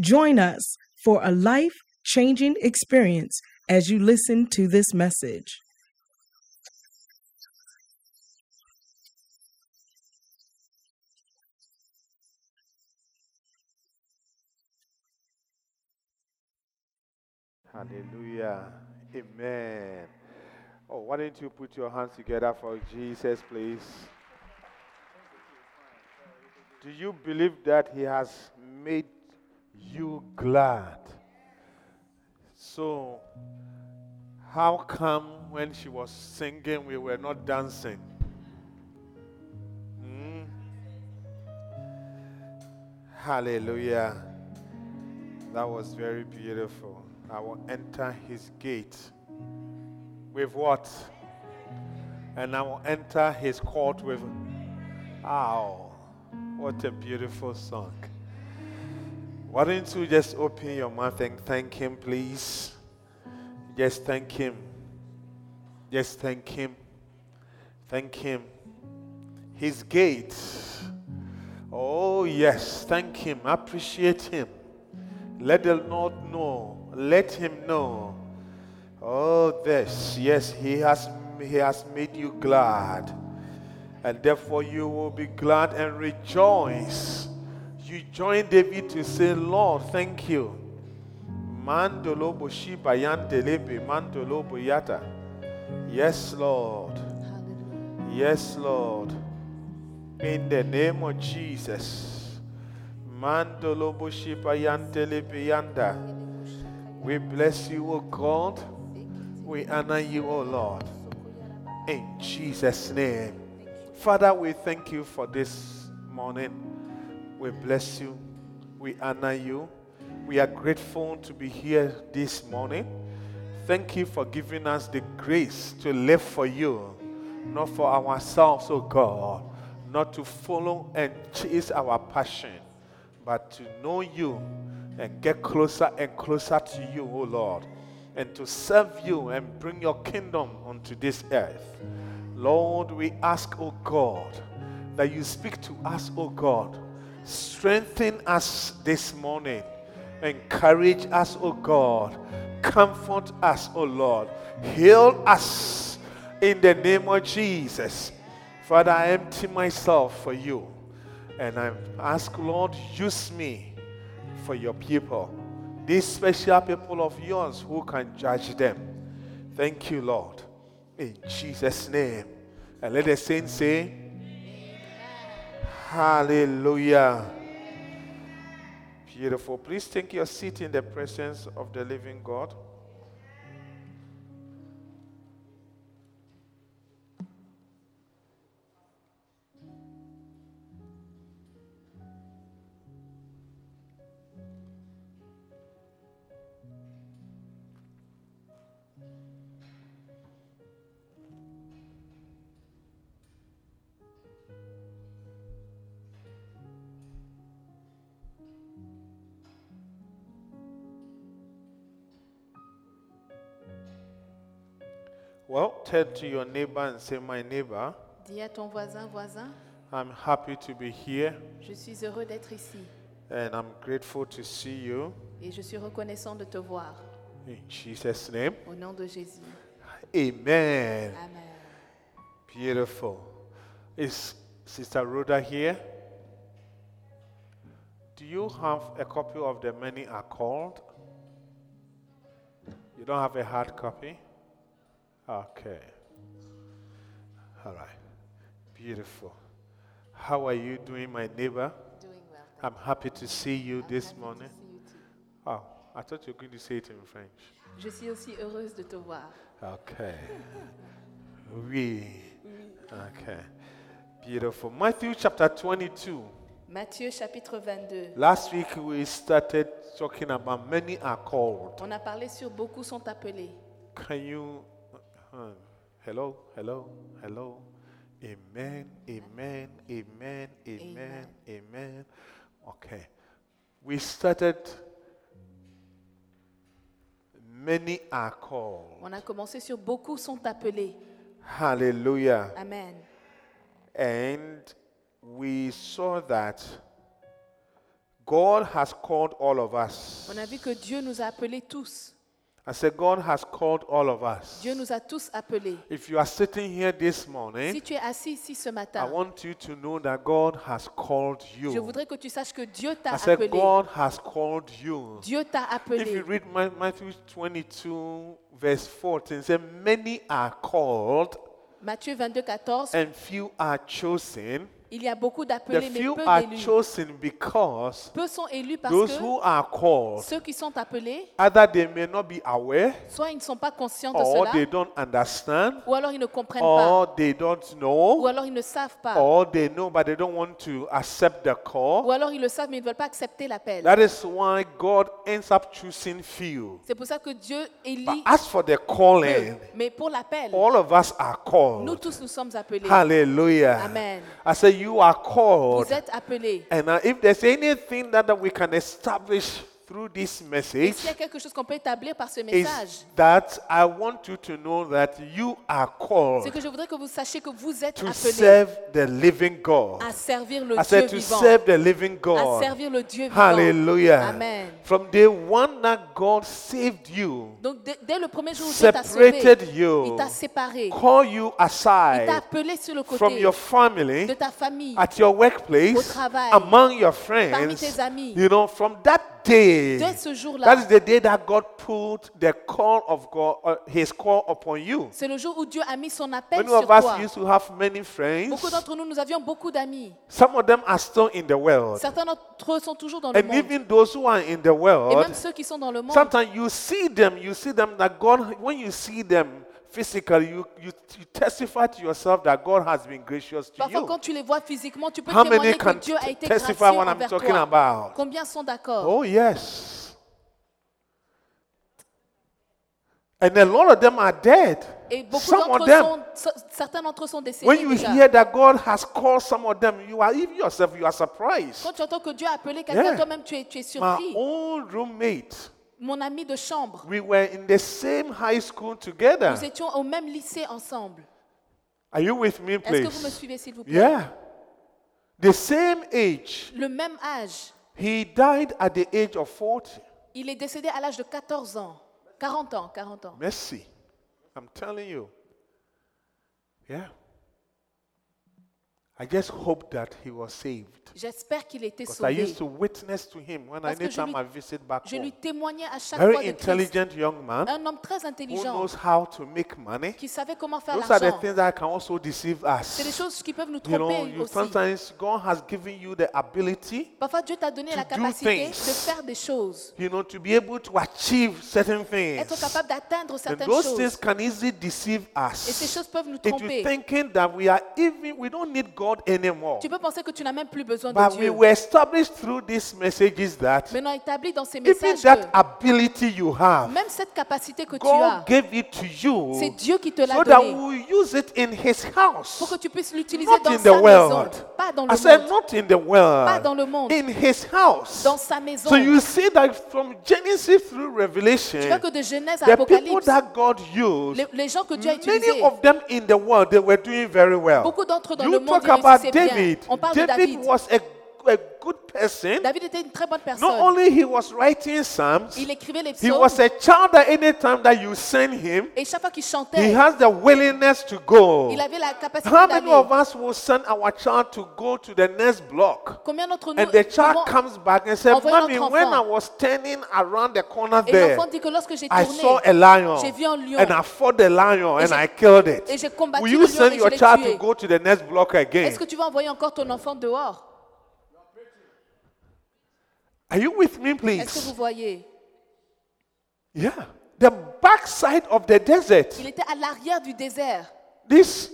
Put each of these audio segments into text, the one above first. Join us for a life-changing experience as you listen to this message. Hallelujah. Amen. Oh, why don't you put your hands together for Jesus, please? Do you believe that He has made you glad? So, how come when she was singing, we were not dancing? Hmm? Hallelujah. That was very beautiful. I will enter his gate with what? And I will enter his court with. Ow. What a beautiful song. Why don't you just open your mouth and thank him, please? Just thank him. Just thank him. Thank him. His gate. Oh, yes. Thank him. Appreciate him. Let the Lord know. Let him know. Oh, this. Yes, he has, he has made you glad. And therefore you will be glad and rejoice. You join David to say, Lord, thank you. Mandolo Boshiba Yantelebe, Mandolo Boyata. Yes, Lord. Yes, Lord. In the name of Jesus. Mandolo Boshiba Yantelebe Yanda. We bless you, O God. We honor you, O Lord. In Jesus' name. Father, we thank you for this morning. We bless you. We honor you. We are grateful to be here this morning. Thank you for giving us the grace to live for you, not for ourselves, O God, not to follow and chase our passion but to know you and get closer and closer to you, O Lord, and to serve you and bring your kingdom onto this earth. Lord, we ask, O God, that you speak to us, O God. Strengthen us this morning. Encourage us, O God. Comfort us, O Lord. Heal us in the name of Jesus. Father, I empty myself for you. And I ask, Lord, use me for your people, these special people of yours who can judge them. Thank you, Lord, in Jesus' name. And let the saints say, Hallelujah. Beautiful. Please take your seat in the presence of the living God. Well, turn to your neighbor and say, My neighbor, Dis à ton voisin, voisin, I'm happy to be here je suis heureux d'être ici and I'm grateful to see you et je suis reconnaissant de te voir. in Jesus' name. Au nom de Jésus. Amen. Amen. Beautiful. Is Sister Rhoda here? Do you have a copy of the many are called? You don't have a hard copy? Okay. All right. Beautiful. How are you doing, my neighbor? Doing well. I'm happy to see you this Happy to morning. see you too. Oh, I thought you were going to say it in French. Je suis aussi heureuse de te voir. Okay. Oui. Okay. Beautiful. Matthew chapter 22. Matthieu chapitre 22. Last week we started talking about many are called. On a parlé sur beaucoup sont appelés. Can you? huh, hello, hello, hello. Amen, amen, amen, amen, Amen. amen. Okay. We started. Many are called. On a commencé sur beaucoup sont appelés. Hallelujah. Amen. And we saw that God has called all of us. On a vu que Dieu nous a appelés tous. I said, God has called all of us. Dieu nous a tous appelés. If you are sitting here this Si morning, tu es assis ici ce I matin, want you to know that God has called je you. voudrais que tu saches que Dieu t'a I said, appelé. God has called you. Dieu t'a If you appelé. read Ma- Matthew 22, verse 14, it says, Many are called Matthieu 22, 14. and few are chosen. Il y a beaucoup The d'appelés, mais few peu are d'élus. chosen because Peu sont élus parce those que who are called ceux qui sont appelés, Either they may not be aware, soit ils ne sont pas conscients de or they cela, don't understand, ou alors ils ne comprennent pas, or they don't ou know, alors ils ne savent pas, or they know but they don't want to accept the ou call. alors ils le savent mais ils ne veulent pas accepter l'appel. That is why God ends up choosing few. C'est pour ça que Dieu But élit as for the peu. calling, Mais pour l'appel, all of us are nous called. tous nous sommes appelés. Ah, Hallelujah. Amen. I say you are called. Vous êtes appelés. And uh, if there's anything that, that we can establish through this Et message, s'il y a quelque chose qu'on peut établir par ce message, is that I want you to know that you are c'est called. que je voudrais que vous sachiez que vous êtes to appelés serve the living God. à servir le I Dieu said to vivant, serve the living à God. servir le Dieu vivant. Hallelujah. Amen. From day one that God saved you, Donc dès, dès le premier jour où Dieu t'a sauvé, Separated you. il t'a séparé, called you il t'a aside appelé sur le from côté your family, de ta famille, at your au workplace, travail, among your parmi friends. tes amis. You know, from that day, Dès ce that jour-là, is the day that God put the call of God, uh, His call upon you. c'est le jour où Dieu a mis son appel Many sur of toi. us used to have many friends. Beaucoup d'entre nous, nous avions beaucoup d'amis. Some of them are still in the world. Certains d'entre eux sont toujours dans le And monde. even those who are in the Et world, même ceux qui sont dans le monde, sometimes you see them, you see them that God, when you see them physically, you, you, you testify to yourself that God has been gracious to parfois you. quand tu les vois physiquement, tu peux How many témoigner can que Dieu a été testify gracieux what I'm envers talking toi. about? Combien sont d'accord Oh, yes. And a lot of them are dead. Et beaucoup Some of d'entre eux them, sont, so- certains d'entre eux sont décédés when you déjà. hear that God has called some of them, you are even yourself, you are surprised. Quand tu entends que Dieu a appelé quelqu'un, Yeah. toi-même tu es, tu es My surpris. old roommate, Mon ami de chambre, we were in the same high school together. nous étions au même lycée ensemble. Are you with me, Est-ce que vous me please? suivez s'il vous plaît Yeah. The same age. Le même âge, He died at the age of 40. il est décédé à l'âge de 14 ans. 40 ans, 40 ans. Mercy. I'm telling you. Yeah. I just hope that he was saved. J'espère qu'il était Because I sauvé. used to witness to him when I, Parce que je anytime lui- I visit back Je lui home. témoignais à chaque fois Very de Christ. intelligent young man Un homme très who intelligent knows how to make money. qui savait comment faire Those are the l'argent. things that can also deceive C'est des us. choses qui peuvent nous You know, tromper you, aussi. sometimes God has given you the ability Parfois, Dieu t'a donné to la do capacité de things. faire des choses, you know, to be able to achieve certain things. être capable d'atteindre And certaines those things choses. can easily deceive Et ces us choses peuvent nous into tromper. thinking that we are even, we don't need God anymore. Tu peux penser que tu n'as même plus besoin de But we Dieu. were established through these messages that Maintenant, établi dans ces even messages that que ability you have, même cette capacité que tu as, God gave it to c'est you Dieu qui te so l'a that donnée we use it in His pour house. que tu puisses l'utiliser Not dans in the sa maison, world. pas dans I said, le monde, not in the world. Pas dans le monde. In His house. dans sa maison. So you see that from Genesis through Revelation, Tu vois que de Genèse à the people Apocalypse, that God used les, les gens que Dieu a utilisés, Many of them in the world, they were doing very well. Beaucoup d'entre eux dans you le monde, talk ils about réussissaient bien. David. On parle de David David. was a, a good person. David était une très bonne Not personne. only he was writing psalms, Il écrivait les he psaumes was a child that any time that you send him, et chaque fois qu'il he chantait, has the willingness to go. il avait la capacité How many of d'aller. us will send our child to go to the next block? Combien d'entre nous And the child pouvons- comes back and says, envoyer notre Mommy, when I enfant. was turning around the corner Et there, l'enfant dit que lorsque j'ai I tourné, saw a lion j'ai vu un lion. and I fought the lion and j'ai- I killed it. et j'ai combattu Will le you lion send et je your l'ai child tué? to go to the next block again? Est-ce que tu vas envoyer encore ton enfant dehors Are you with me, Est-ce que please? vous voyez Yeah. The backside of the desert. Il était à l'arrière du désert. These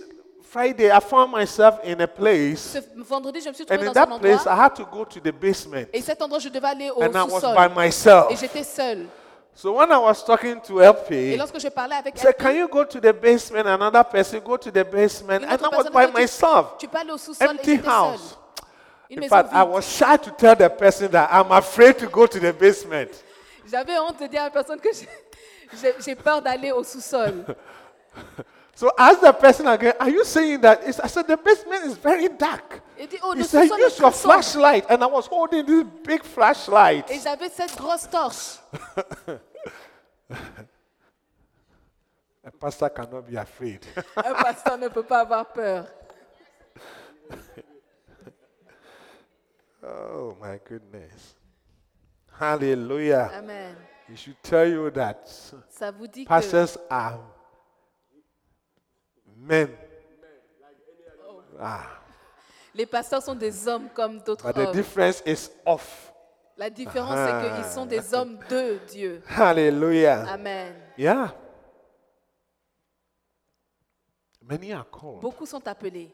Friday, I found myself in a place, Ce vendredi, je me suis and trouvée in dans that un place, endroit. I had to go to the basement, Et cet endroit, je devais aller au and I was sous-sol. by Et myself. j'étais seule. So when I was talking to Et LP, lorsque je parlais avec he elle, said, "Can you go to the basement?" Another person go to the basement, une and autre I was personne by m'a dit, myself. Tu parles au sous-sol et Empty j'étais seule. house. Une In maison fact, I vide. was shy to tell the person that I'm afraid to go to the basement. J'avais honte de dire à la personne que j'ai- j'ai j'ai peur d'aller au sous-sol. So ask the person again, are you saying that? It's, I said, the basement is very dark. Et dit, oh, He le said, sous-sol use est your très sombre. flashlight. And I was holding this big flashlight. Et j'avais cette grosse torche. A pastor cannot be afraid. Un pasteur ne peut pas avoir peur. oh, my goodness. Hallelujah. Amen. He should tell you that Ça vous dit que pastors are men. Ah, les pasteurs sont des hommes comme d'autres but the hommes. difference is off. La différence, c'est Ah. qu'ils sont des hommes de Dieu. Hallelujah. Amen. Yeah. Many are called. Beaucoup sont appelés.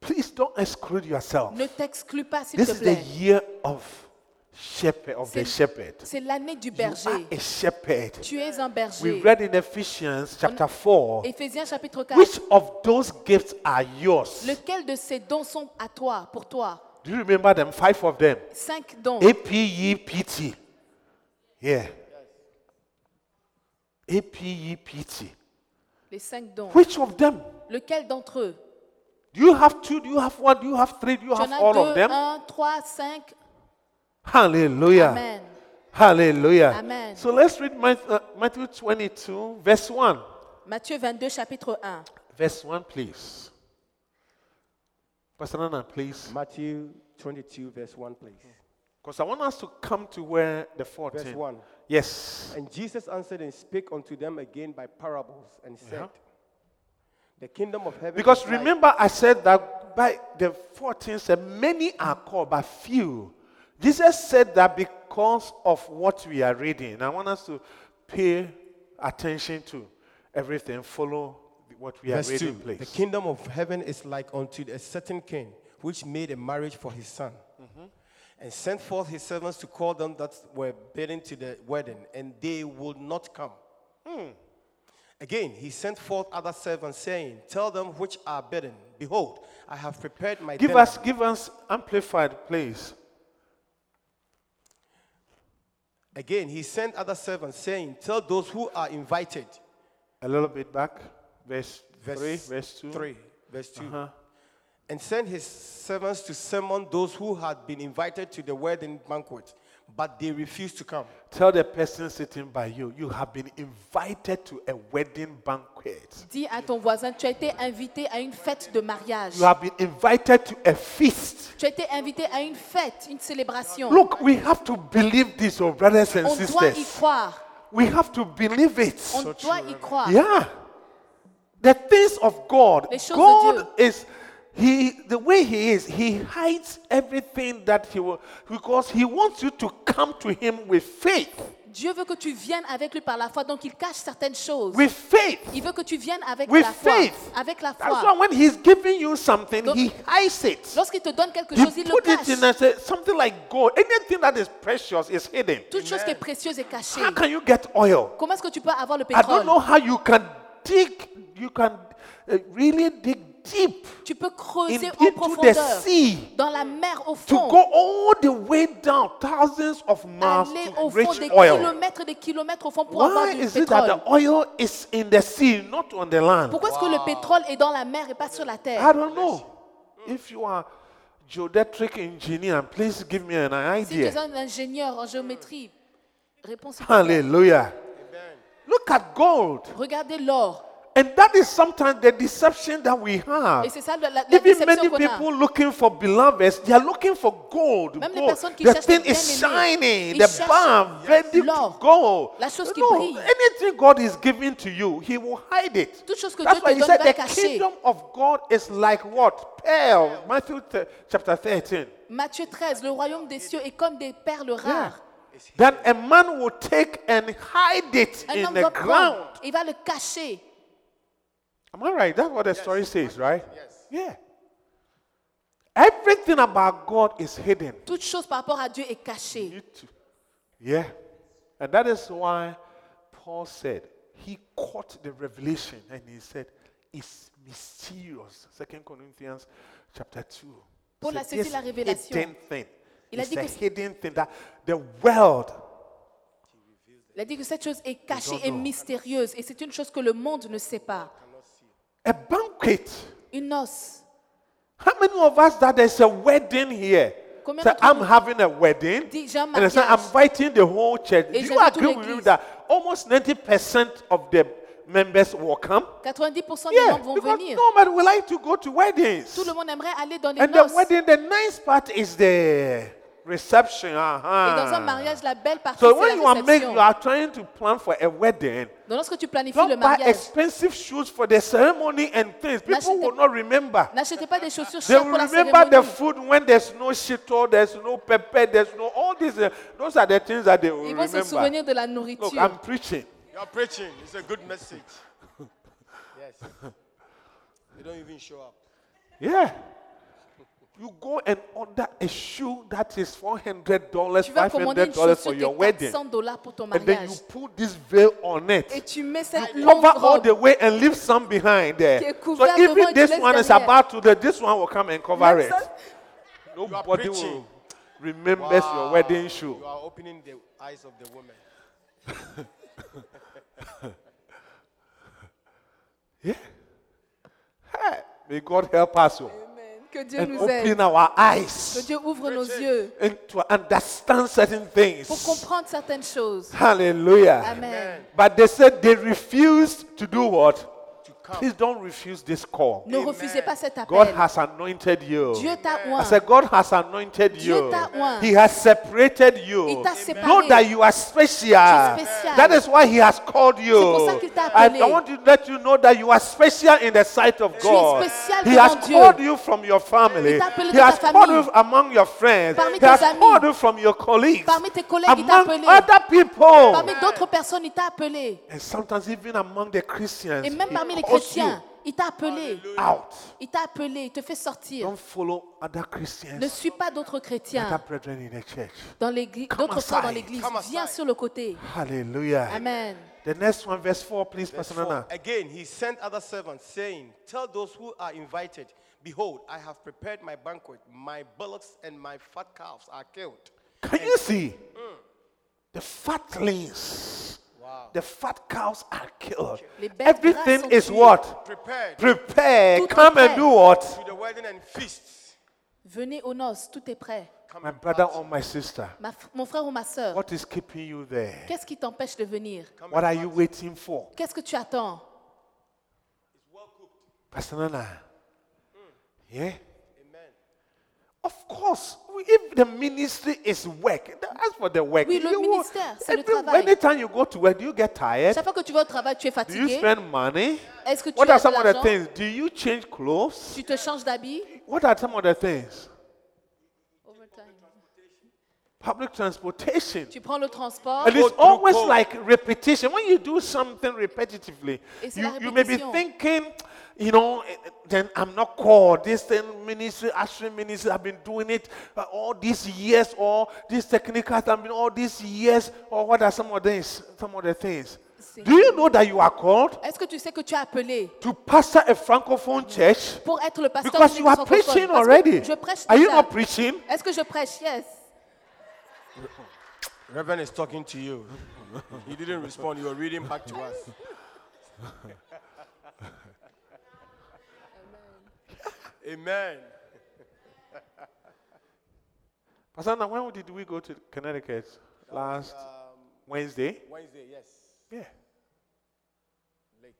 Please don't exclude yourself. Ne t'exclus pas, s'il This te is the plaît. year of shepherd of the C'est- shepherd. C'est l'année du You are berger. a shepherd. Tu es un We berger. read in Ephesians chapter 4. Éphésiens chapitre 4. Which of those gifts are yours? Lequel de ces dons sont à toi, pour toi Do you remember them? Five of them. Cinq dons. APEPT. Yeah. APEPT. Les cinq dons. Which of them? Lequel d'entre eux Do you have two? Do you have one? Do you have three? Do you Tu en have as all of deux, them? un, trois, cinq. Hallelujah. Amen. Hallelujah. Amen. So let's read Matthew, uh, Matthew 22, verse 1. Matthieu 22, chapitre 1. Verse 1, please. Pastor Nana, please. Matthew 22, verse 1, please. Because I want us to come to where the 14. Verse 1. Yes. And Jesus answered and spake unto them again by parables and said, The kingdom of heaven. Because is like- remember, I said that by the 14 said, many are called, but few. Jesus said that because of what we are reading. I want us to pay attention to everything. Follow what we are Verse reading, 2. please. The kingdom of heaven is like unto a certain king which made a marriage for his son Mm-hmm. and sent forth his servants to call them that were bidden to the wedding, and they would not come. Hmm. Again, he sent forth other servants, saying, Tell them which are bidden, Behold, I have prepared my Give dinner." us, give us amplified, please. Again, he sent other servants, saying, Tell those who are invited. A little bit back, verse, Verse three, verse two. Three, verse 2 Uh-huh. And sent his servants to summon those who had been invited to the wedding banquet, but they refused to come. Tell the person sitting by you, you have been invited to a wedding banquet. Dis à ton voisin, tu as été invité à une fête de mariage. You have been invited to a feast. Tu as été invité à une fête, une célébration. Look, we have to believe this, oh brothers and On doit y sisters. croire. We have to believe it. On doit y croire. Yeah. The things of God. Les choses de God Dieu. is he the way he is, he hides everything that he will because he wants you to come to him with faith. Dieu veut que tu viennes avec lui par la foi, donc il cache certaines choses. With faith. Il veut que tu viennes avec With la foi. faith. Avec la That's why foi. when he's giving you something, Donc- he hides it. Lorsqu'il te donne quelque He chose, il le put it in cache. a, something like gold. Anything that is precious is hidden. Toute chose qui est précieuse est cachée. How can you get oil? Comment est-ce que tu peux avoir le I don't pétrole know how you can dig, you can uh, really dig deep Tu peux creuser in- en into the profondeur, sea dans la mer au to fond, go all the way down, thousands of miles aller to au fond reach des oil. kilomètres et des kilomètres au fond pour avoir Why du is it that pétrole. the oil is in the sea, not on the land? Pourquoi est-ce que le pétrole est dans la mer et pas sur la I terre don't know. If you are geodetic engineer, please give me an Si tu es idea. un ingénieur en géométrie, réponse s'il te plaît. Hallelujah. Look at gold. Regardez l'or. And that is sometimes the deception that we Et have. c'est ça la, la- la Even many déception qu'on a. people looking for beloveds, they are looking for gold. Même les gold. personnes qui the cherchent thing les is bien-aimés, shining, ils the cherchent balm, ready to l'or, go. la chose qui no, brille. anything God is giving to you, He will hide it. Toute chose que That's Dieu why te He donne said va the cacher. kingdom of God is like what pearl. Matthew th- chapter thirteen. Matthieu 13, le royaume des cieux est comme des perles rares. Then a man will take and hide it Un in homme the doit ground. prendre, il va le cacher. Am I right? That's what the story says, right? Yes. Yeah. Everything about God is hidden. Toute chose par rapport à Dieu est cachée. You too. Yeah. And that is why Paul said he caught the revelation and he said it's mysterious. Second Corinthians chapter 2. Paul a It's saisi la révélation. hidden thing. Il a it's dit a que- hidden thing that the world Il a dit que cette chose est cachée et mystérieuse et c'est une chose que le monde ne sait pas. a banquet. Une noce. How many of us that there's a wedding here? Combien So d'entre I'm vous having a wedding. dit, j'ai un and so I'm mariage. inviting the whole church. Et Do you j'invite agree toute with me l'église. that almost 90% of the members will come? 90% des Yeah, membres vont because venir. nobody would like to go to weddings. Tout le monde aimerait aller dans les And the noces. wedding, the nice part is the reception. Et Uh-huh. dans un mariage, la belle partie, so c'est when you la are making, réception. you are trying to plan for a wedding. Donc lorsque tu planifies le Don't buy mariage, expensive shoes for the ceremony and things. People N'achetez- will not remember. n'achetez pas des chaussures They chères will pour la remember the cérémonie. food when there's no shito, there's no pepper, there's no all these. uh, those are the things that they will Ils vont se remember. souvenir de la Look, nourriture. I'm preaching. You're preaching. It's a good message. yes. They don't even show up. Yeah. You go and order a shoe that is four hundred dollars, Tu vas five commander hundred une dollars chaussure for de your wedding, 400 dollars pour ton and then mariage. you put this veil on Et it, tu mets cette longue cover all the robe. way, and leave some behind Qui there. est couvert So devant et even tu this laisses one is derrière. about to, the, this one will come and cover it. Même ça, Nobody preaching. will remembers your wedding shoe. You are opening the eyes of the women. Hey, may God help us oh, Que Dieu and nous aide. open our Que eyes Dieu ouvre nos yeux and to understand certain pour things. comprendre certaines choses. Hallelujah. Amen. But they said they refused to do what? To come. Please don't refuse this call. Ne refusez pas cet God appel. has anointed you. Dieu t'a I oint. said, God has anointed Dieu you. t'a oint. He has separated you. Il t'a séparé. Know that you are special. es spécial. That is why He has called you. C'est pour ça qu'il t'a I appelé. want to let you know that you are special in the sight of es God. spécial he has devant Dieu. called you from your family. Il t'a appelé he de ta has called famille. you among your friends. Parmi he tes has amis. called you from your colleagues. Parmi tes collègues, il t'a among appelé. other people. Parmi d'autres personnes, il t'a appelé. And sometimes even among the Christians. Et même he parmi les calls you chrétiens, il t'a appelé. out. Il t'a appelé, il te fait sortir. Don't follow other Ne Christians, suis pas d'autres other chrétiens brethren in the church. dans l'église, d'autres frères dans aside. l'église. Come Viens aside. sur le côté. Hallelujah. Amen. The next one, verse 4, please, Pastor Nana. Again, he sent other servants, saying, Tell those who are invited, Behold, I have prepared my banquet, my bullocks and my fat calves are killed. Can you see? The fatlings, the fat cows are killed. Les bêtes Everything grasses is sont what? Prepared Prepare. Tout Come and prêt. do what? to the wedding and feasts. Venez aux noces, tout est prêt. Come My and brother party. or my sister, Ma fr- mon frère ou ma soeur, what is keeping you there? qu'est-ce qui t'empêche de venir Come What and are you party. waiting for? Qu'est-ce que tu attends Pastor Nana. Yeah? Amen. Of course, we- if the ministry is work, as for the work, Oui, le you will- ministère, c'est le every- travail. Anytime you go to work, do you get tired? Chaque fois que tu vas au travail, tu Do es you fatigué. spend money? Est-ce que tu What are as de some of the l'argent things? Do you change clothes? Tu te changes d'habit What are some of the things? Public transportation. Tu prends le transport. And Go it's through always code. like repetition. When you do something repetitively, It's you, la you may be répétition. thinking, you know, eh, eh, then I'm not called. This thing, ministry, ushering ministry, I've been doing it uh, all these years, or this technical, I've been all these years, or what are some of these, some of the things? See. Do you know that you are called Est-ce que tu sais que tu as appelé to pastor a Mm. francophone church? pour être le pasteur Because d'une you are francophone preaching Parce que already. Je prêche Are you déjà. not preaching? Est-ce que je prêche Yes. Reverend is talking to you. you didn't respond. You were reading back to us. Amen. Pastor, Anna, when did we go to Connecticut? Last Um, Wednesday? Wednesday, yes. Yeah. Late.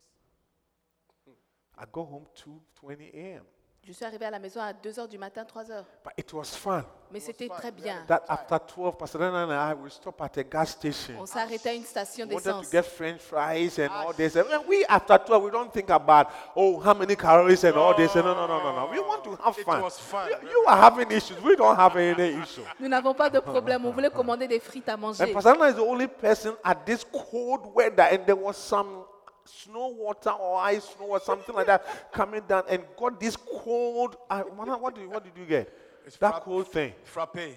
I got home 2.20 a.m. Je suis arrivé à la maison à 2h du matin, 3h. But it was fun. Mais c'était très bien. That after 12, Pastor Anna and I will stop at a gas station. On s'est arrêté à une station We wanted d'essence. to get french fries and Ah, all this. And we, after 12, we don't think about, oh, how many calories and all this. No, no, no, no, no. We want to have It fun. was fun, You, you are having issues. We don't have any issue. Nous n'avons pas de problème. On voulait commander des frites à manger. And Pastor Anna is the only person at this cold weather, and there was some snow water or ice snow or something like that coming down and got this cold. I, what, what, do, you- what did you get? that frap- cold thing. Frappe.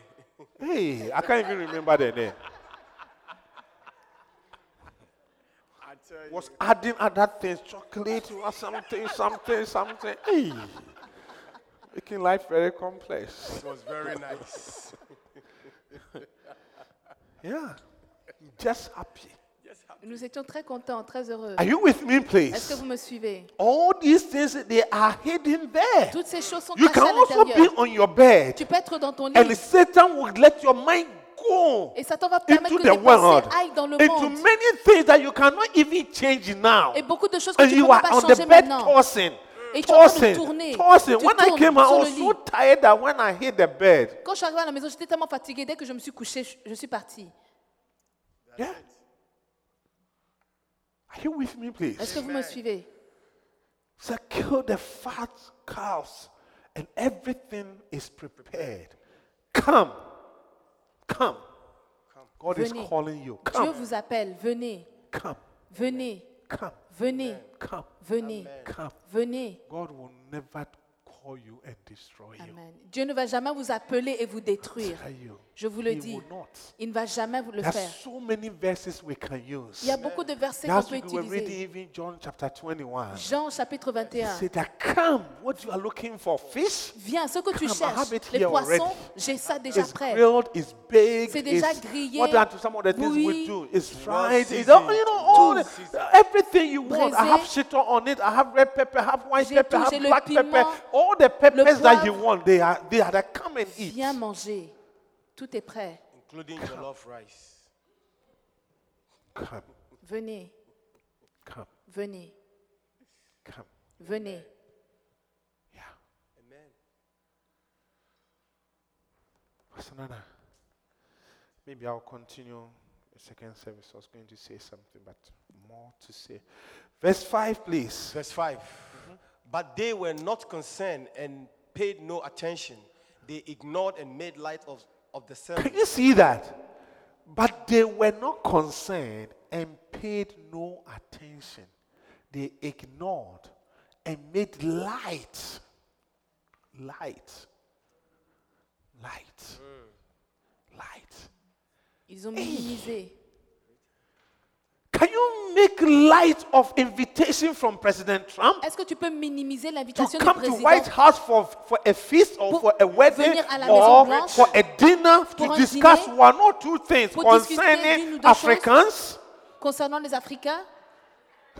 Hey, I can't even remember the name. Was adding other things, chocolate or something, something, something. Hey, making life very complex. It was very nice. Yeah, just happy. Nous étions très contents, très heureux. Are you with me, Est-ce que please? vous me suivez All these things they are hidden there. Toutes ces choses sont You cachées can à also be l'intérieur. on your bed, Tu peux être dans ton and lit Satan will let your mind go et Satan va permettre into que the tes world, pensées aillent dans le into monde. many things that you cannot even change now. Et beaucoup de choses que And tu ne you peux are pas on the changer bed maintenant. tossing, Et tu es en train de tossing, tourner. tossing. Tu When I tournes came out, I sur was le so lit. tired that when I hit the bed, Quand je suis arrivée à la maison, j'étais tellement fatiguée. Dès que je me suis couchée, je- je suis partie. yeah. Are you with me, Est-ce please? que vous me suivez So kill the fat cows, and everything is prepared. Come, come. God is Venez. calling you. Dieu Come, vous appelle. Venez, come, venez, come, venez, come, venez, come. venez. God will never call you and destroy you. Amen. Dieu ne va jamais vous appeler et vous détruire. Tell you, Je vous le He dis. will not. Il ne va jamais vous le There are faire. so many verses we can use. Il y a beaucoup de versets qu'on Last peut week we were reading utiliser. even John chapter 21. Jean chapitre He 21. said that come, what you are looking for, fish Viens, ce que tu Come, I have it cherches, les here poissons, already. j'ai ça déjà is prêt. grilled, is baked, C'est déjà is- grillé, what are some of the things we bouilli, do? It's well fried, it's seasoned, all, you know, all well the- seasoned. everything you want. I Braisé. have shit on it, I have red pepper, I have white J'ai pepper, tout, I j'ai have le black pepper. piment, All the peppers that you poivre. want, they are they are there. Come and eat. Viens manger. Tout est prêt. Including jollof rice. Come, Venez, come, venez, come. venez. Yeah. Amen. Pastor Nana, maybe I'll continue the second service. I was going to say something, but more to say. Verse 5, please. Verse 5. But they were not concerned and paid no attention. They ignored and made light of, of the Can sermon. you see that? But they were not concerned and paid no attention. They ignored and made light. Light. Light. Light. Ils ont minimisé. Can you make light of invitation from President Trump? Est-ce que tu peux minimiser to l'invitation du come to White président House for, for a feast or Pour for a wedding venir à la Maison or Blanche, for a dinner pour to un discuss dîner, one or two things pour discuter d'une concerning ou deux choses. Africans? concernant les Africains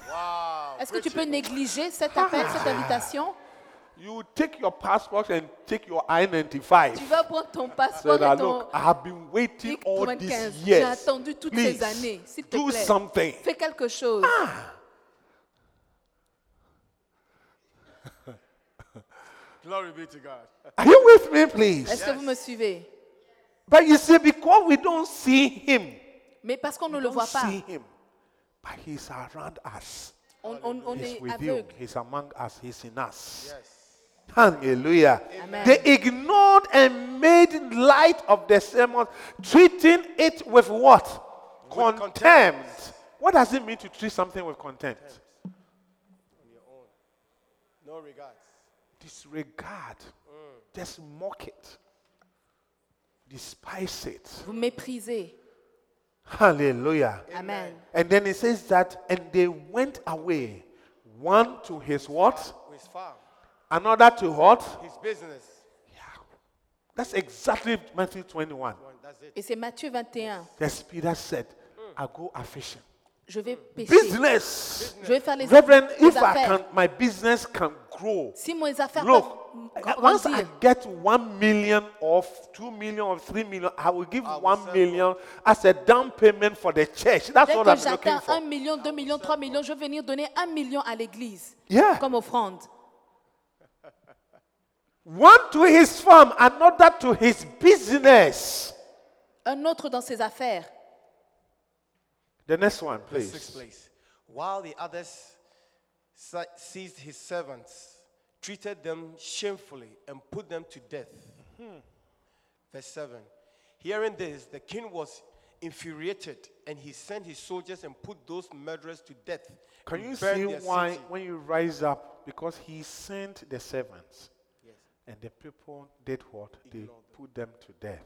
Wow. Est-ce que tu peux négliger cet appel, cette Ah. invitation You take your passport and take your I-95. Tu vas prendre ton So passeport that, et ton look, Ah. I have been waiting Dick all 95, these J'ai years. attendu toutes Please, ces années. S'il te do plaît, something. fais quelque chose. Glory be to God. Are you with me, please? Est-ce que vous me suivez But you see, because we don't see him, Mais parce qu'on ne le we don't voit pas, see him, but he's around us. on, on- on He's est with you. aveugle. He's among us. He's in us. Yes. Hallelujah. Amen. They ignored and made light of the sermon, treating it with what? contempt. contempt. What does it mean to treat something with contempt? No regards. Disregard. Just mock it. Despise it. Vous méprisez. Hallelujah. Amen. And then it says that, and they went away, one to his what? His farm, Another to what? his business. That's exactly Matthew 21. One, That's it. Et c'est Matthieu 21. Yes, Peter said, I go a fishing. Je vais pêcher. Business. Je vais faire les, Reverend, les if I affaires. can, my business can grow. Si mes affaires Look, peuvent I- once I grandir, get one million or f- two million or three million, I will give will one sell million as a down payment for the church. That's dès what que I'm looking j'atteins 1 for. million, 2 millions, 3 millions, je vais venir donner 1 million à l'église Yeah. comme offrande. One to his farm, another to his business. Un autre dans ses affaires. The next one, Sixth please. place. While the others si- seized his servants, treated them shamefully, and put them to death. Verse 7. Hearing this, the king was infuriated, and he sent his soldiers and put those murderers to death. Can and you burned see their why city. when you rise up? Because he sent the servants. And the people did what? They put them to death.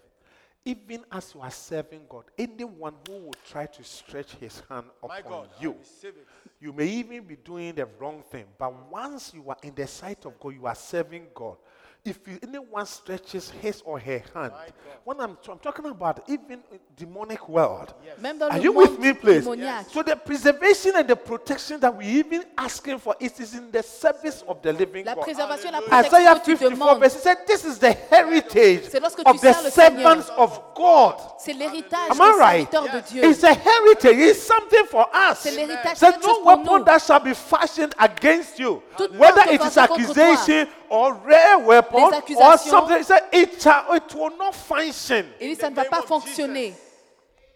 Even as you are serving God, anyone who would try to stretch his hand My upon God, I you, receive it. you may even be doing the wrong thing. But once you are in the sight of God, you are serving God. If you, anyone stretches his or her hand, when I'm, I'm talking about even demonic world, Même dans are le you monde with me, please? démoniaque. So the preservation and the protection that we even asking for it is in the service of the living La God. préservation, la protection Isaiah que tu 54 demandes, verse, he said, this is the heritage C'est lorsque of tu the sers le Seigneur. servants of God. c'est l'héritage Am des I right? serviteurs de Dieu. It's a heritage. It's something for us. C'est l'héritage, So c'est quelque no chose pour weapon nous. that shall be fashioned against you, Toute langue whether qui it is va contre toi. accusation or rare weapon Les or accusations. something, he said, it, shall, it will not function. Et lui, ça ne va pas fonctionner.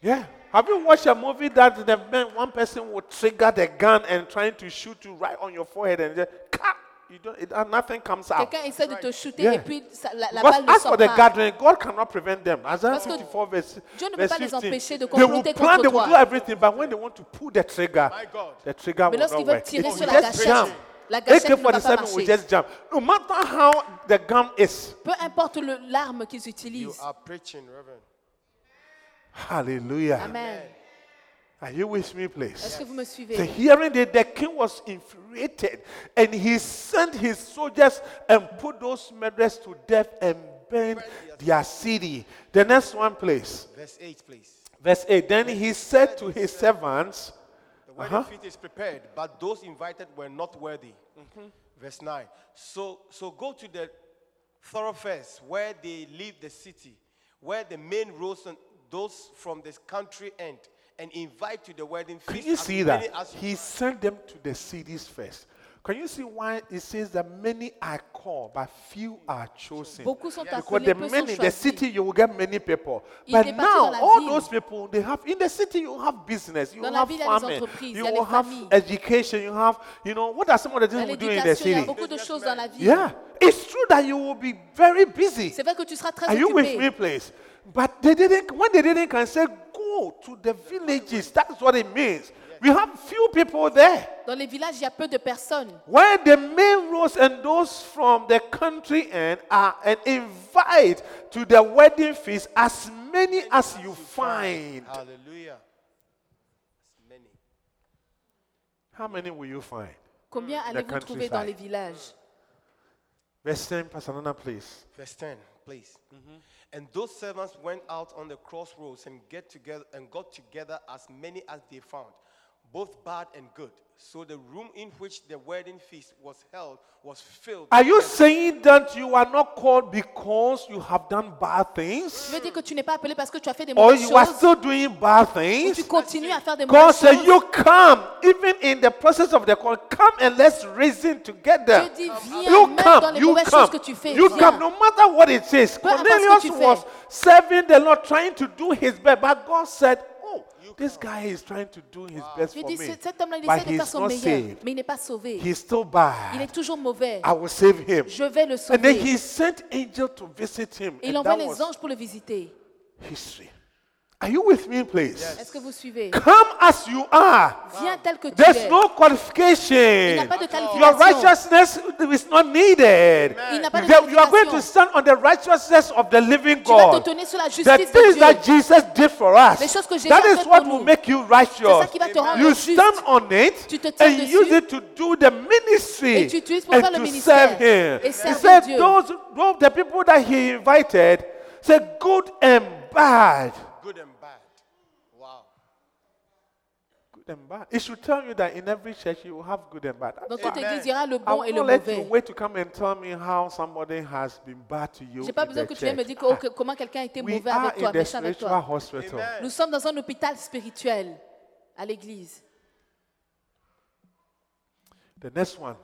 Yeah. Have you watched a movie that the man, one person would trigger the gun and trying to shoot you right on your forehead and just, "Ka!" you don't, it, and nothing comes out. Quelqu'un essaie de te shooter Ah. Yeah. et puis ça- la, la Because balle ne as for sort the pas. gathering, God cannot prevent them. Isaiah Parce que 54 verse, Dieu ne peut verse pas les 15. empêcher de They will comploter plan, contre they will toi. do everything, but when they want to pull the trigger, God. the trigger Mais will lorsqu'ils not veulent work. tirer It sur will la just gâchette, jump. la gâchette ne va pas AK-47 will marcher. just jump. No matter how the gun is. Peu importe le- l'arme qu'ils You utilisent. are preaching, Reverend. Hallelujah. Amen. Are you with me, please? Est-ce que vous me The suivez hearing that the king was infuriated and he sent his soldiers and put those murderers to death and burned their city. The next one, please. Verse 8, please. Verse 8 Then he said to his servants, The wedding Uh-huh. feast is prepared, but those invited were not worthy. Mm-hmm. Verse 9. So, so go to the thoroughfares where they leave the city, where the main roads and those from this country end, and invite to the wedding feast. Can you as see many that? as you He can." sent them to the cities first. Can you see why it says that many are called, but few are chosen? Beaucoup sont Because appelés, the peu sont men in the choisis. city, you will get many people. Il But est parti dans now, la all ville. those people, they have in the city, you have business, you Dans la have ville, il y a les farming, entreprises, il y you a les will have familles. education, you have, you know, what are some of the Dans things we do in the l'éducation, il y a city? beaucoup de choses dans la vie. Yeah, it's true that you will be very busy. C'est vrai que tu seras très Are you with me, occupé. please? But they didn't. When they didn't, can say go to the villages. That's what it means. We have few people there. Dans les villages, il y a peu de personnes. Where the main roads and those from the country end are and invite to the wedding feast as many as you find. Hallelujah. As many. How many will you find? Combien allez-vous trouver countryside. dans les villages Verse 10, Pastor Nana, please. Verse 10, please. And those servants went out on the crossroads and get together and got together as many as they found, both bad and good. So the room in which the wedding feast was held was filled. Are you saying that you are not called because you have done bad Tu things? veux dire que tu n'es pas appelé parce que tu as fait des Or mauvaises Oh, you are choses still doing bad ou things? tu continues à faire des God mauvaises said, choses You come, even in the process of the call, come and let's reason together. Dieu dit, viens, You même dans come, les you mauvaises come, choses que tu fais, you viens. come, no matter what it is. importe ce que Cornelius tu was serving the Lord, trying to do his best, but God said, Oh, this guy is trying to do his best Dieu for dit, me. ce- cet homme-là, il But essaie de faire he's son not meilleur, saved. mais il n'est pas sauvé. He's still Il bad. est toujours mauvais. I will save him. Je vais le And then sauver. he sent angels to visit him. Et il And envoie that les was anges pour le visiter. history. Are you with me, please? Est-ce que vous suivez Come as you are. Viens tel que tu There's es. no qualification. n'y a pas de Your qualification. righteousness is not needed. Il n'y a pas de That You are going qualification. to stand on the righteousness of the living Tu vas God. te tenir sur la The justice de things that Dieu. Jesus did for us, Les choses que Jésus that a is faites what pour will nous. make you C'est ça righteous. qui va te rendre You juste. stand on it Tu te tiens and dessus. use it to do the ministry Et tu utilises pour and faire le to ministère. serve Him. Et He servir said, Dieu. those, those the people that He invited, said, good and bad. Good and bad. Wow. Good and bad. It should tell you that in every church you will have good and bad. Ah, Dans toute Amen. église, il y aura le I bon will et le not let you mauvais. wait to come and tell me how somebody has been bad to you. J'ai pas in besoin the que tu viennes me church. dire que- oh, que- comment quelqu'un a été We mauvais are avec toi, in the méchant avec spiritual toi. hospital. Amen. Nous sommes dans un hôpital spirituel à l'église. The next one.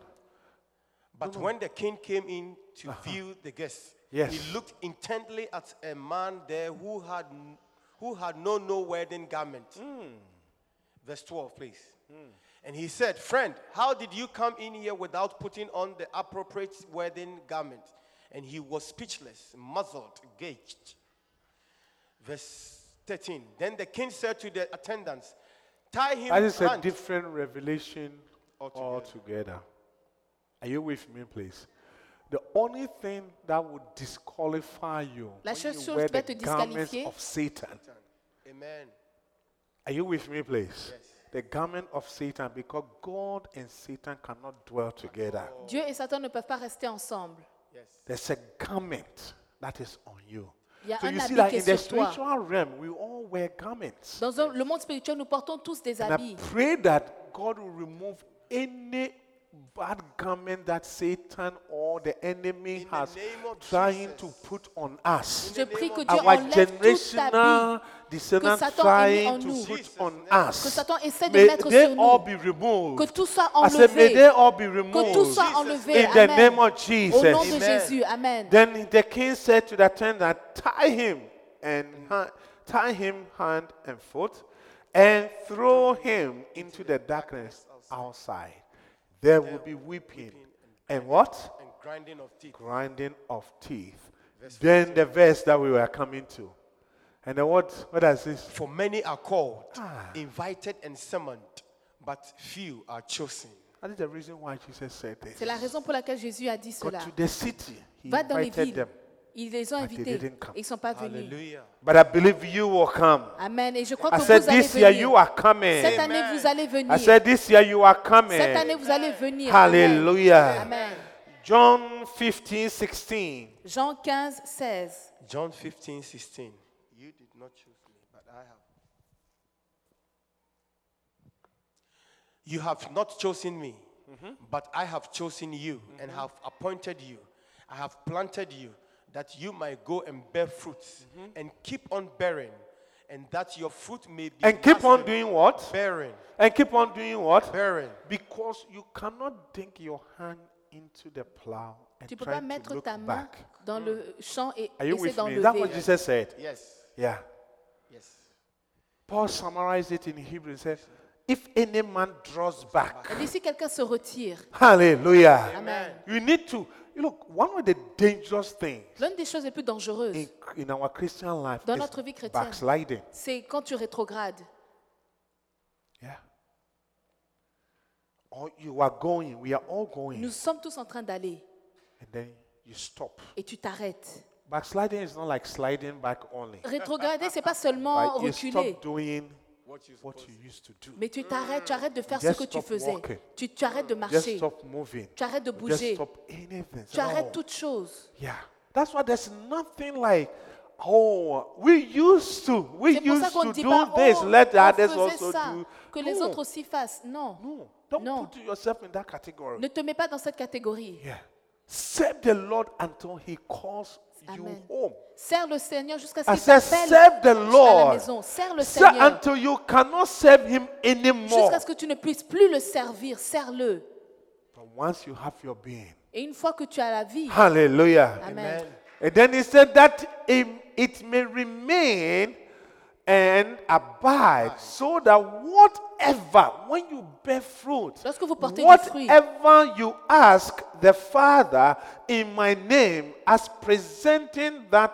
But when the king came in to view the guests, Uh-huh. Yes. he looked intently at a man there who had n- who had no no wedding garment. Hmm. Verse 12, please. And he said, Friend, how did you come in here without putting on the appropriate wedding garment? And he was speechless, muzzled, gauged. Verse 13. Then the king said to the attendants, Tie him That is a plant." different revelation Altogether. altogether. Are you with me, please? The only thing that would disqualify you La when seule you chose wear qui va the te garments disqualifier- of Satan. Amen. Are you with me, please? The garment of Satan, because God and Satan cannot dwell together. Dieu et Satan ne peuvent pas rester ensemble. There's a garment that is on you. Il y a so un you see habit that qui est in the sur toi. spiritual realm, we all wear garments. Dans un- le monde spirituel, nous portons tous des And I habits. pray that God will remove any bad garment that Satan or the enemy the has name of trying Jesus. to put on us. Je prie que Dieu Our enlève tout habit generational descendants Satan ait mis en trying nous. to put Jesus' on name. us. Que Satan essaie de may mettre they sur all nous. be removed. Que tout soit I said, may enlevé. they all be Que removed. tout soit enlevé. In the Amen. name of Au nom Jesus. de Amen. Jésus. Amen. Then the king said to the attendant, Tie him and ha- tie him hand and foot, and throw him into the darkness outside. There will be weeping and what? And grinding of teeth. Grinding of teeth. Then the verse that we were coming to. And then what what does this? For many are called, Ah. invited, and summoned, but few are chosen. That is the reason why Jesus said this. C'est la raison pour laquelle Jésus a dit Go cela. to the city. He Va dans les invited villes. them. Ils les ont but they invités. didn't come. Ils ne sont pas venus. Hallelujah. But I believe you will come. Amen. Et je crois que I said vous allez this year venir. you are coming. Cette année, vous allez I venir. said, This year you are coming. Cette année, vous allez venir. Hallelujah. Amen. Amen. John 15, 16. Jean 15, 16. John 15, 16. You did not choose me, but I have. You have not chosen me, Mm-hmm. but I have chosen you and have appointed you. I have planted you that you might go and bear fruits Mm-hmm. and keep on bearing, and that your fruit may be And keep on lasting. doing what? bearing, And keep on doing what? bearing. Because you cannot dig your hand into the plow and Tu ne peux try pas to mettre look ta main back. dans le champ et Are you essayer with me? That's what d'enlever. euh. Jesus said. Yes, Yeah. yes. Paul summarized it in Hebrew and said, If any man draws back, Et si quelqu'un se retire, hallelujah. Amen. You need to, you look, one of the dangerous things l'une des choses les plus dangereuses, in, in our Christian life Dans is notre vie chrétienne. backsliding. c'est quand tu rétrogrades. Yeah. Or you are going, we are all going, Nous sommes tous en train d'aller and then you stop. et tu t'arrêtes. Backsliding is not like sliding back only. Rétrograder, c'est pas seulement But you reculer, stop doing what you used to do. mais tu t'arrêtes, tu arrêtes de faire ce Just que tu stop faisais. walking. Tu, tu arrêtes de Just marcher, stop moving. tu arrêtes de Just bouger, stop anything. tu arrêtes No. toute chose. Yeah. That's why there's nothing like, oh, we used to, we C'est pour ça used qu'on ne to dit do pas, this, oh, let on others faisait also ça, do. que les No, autres aussi fassent. Non, no. Don't Non. put yourself in that category. ne te mets pas dans cette catégorie. Yeah. Serve the Lord until He calls you Amen. home. Serre le Seigneur jusqu'à ce I qu'il said, t'appelle serve the à la Lord. maison. Serre le Serve Seigneur until you cannot serve Him anymore. jusqu'à ce que tu ne puisses plus le servir. Serre-le. But once you have your being, Et une fois que tu as la vie, Hallelujah. Amen. And then He said that it, it may remain and abide, so that whatever, when you bear fruit, Lorsque vous portez du fruit. whatever you ask the Father in my name, as presenting that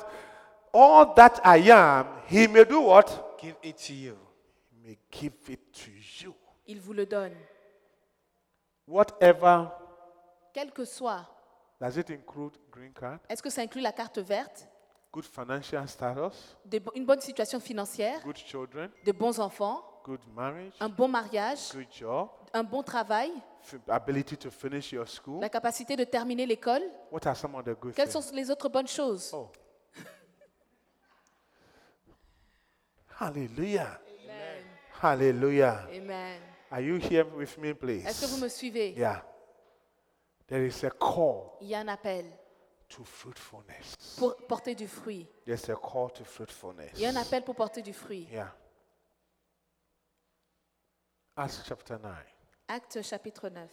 all that I am, He may do what? Give it to you. may give it to you. il vous le donne. Whatever, Quel que soit. does it include green card, Est-ce que ça inclut la carte verte, good financial status, des bo- une bonne situation financière, good children, de bons enfants, good marriage, un bon mariage, good job, un bon travail, f- ability to finish your school? la capacité de terminer l'école What are some of the good Quelles things? sont les autres bonnes choses Oh. Hallelujah. Hallelujah. Amen. Are you here with me, please? Est-ce que vous me suivez Yeah. There is a call Il y a un appel to fruitfulness. pour porter du fruit. There's a call to fruitfulness. Il y a un appel pour porter du fruit. Yeah. Acts chapter 9. Acte chapitre 9.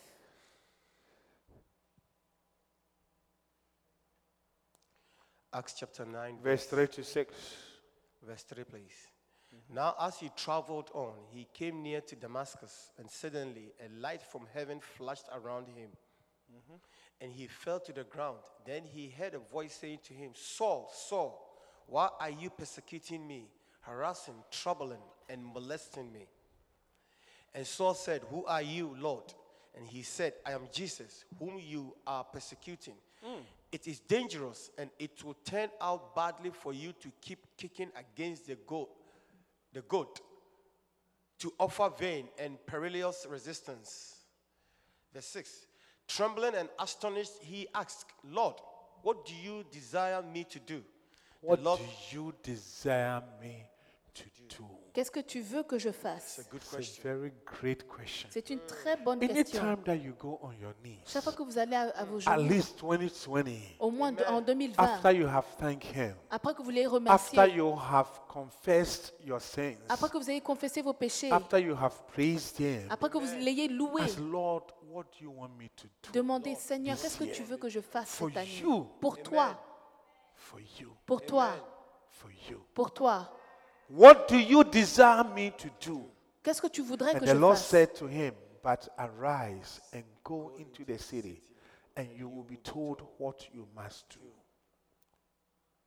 Acts chapter 9, Verse 3 to 6. Verse 3, please. Now, as he traveled on, he came near to Damascus, and suddenly a light from heaven flashed around him. And he fell to the ground. Then he heard a voice saying to him, Saul, Saul, why are you persecuting me? harassing, troubling, and molesting me. And Saul said, Who are you, Lord? And he said, I am Jesus, whom you are persecuting. Hmm. It is dangerous, and it will turn out badly for you to keep kicking against the goat, the goat, to offer vain and perilous resistance. Verse 6 Trembling and astonished, he asked, Lord, what do you desire me to do? The What Lord- do you desire me to do? Qu'est-ce que tu veux que je fasse Good It's a question. very great question. C'est une très bonne question. Anytime that you go on your knees, Chaque fois que vous allez à, à vos at genoux, least 2020, au moins de- en 2020, after you have thanked Him, après que vous l'ayez after remercié, you have confessed your sins, après que vous ayez confessé vos péchés, after you have praised Him, après que vous l'ayez loué, ask Lord, what do you want me to do demandez Seigneur, qu'est-ce que tu veux que je fasse For cette année you. Pour toi, for you? pour toi, For you. pour toi. What do you desire me to do? Qu'est-ce que tu voudrais que And je the Lord fasse said to him, But arise and go into the city, and you will be told what you must do.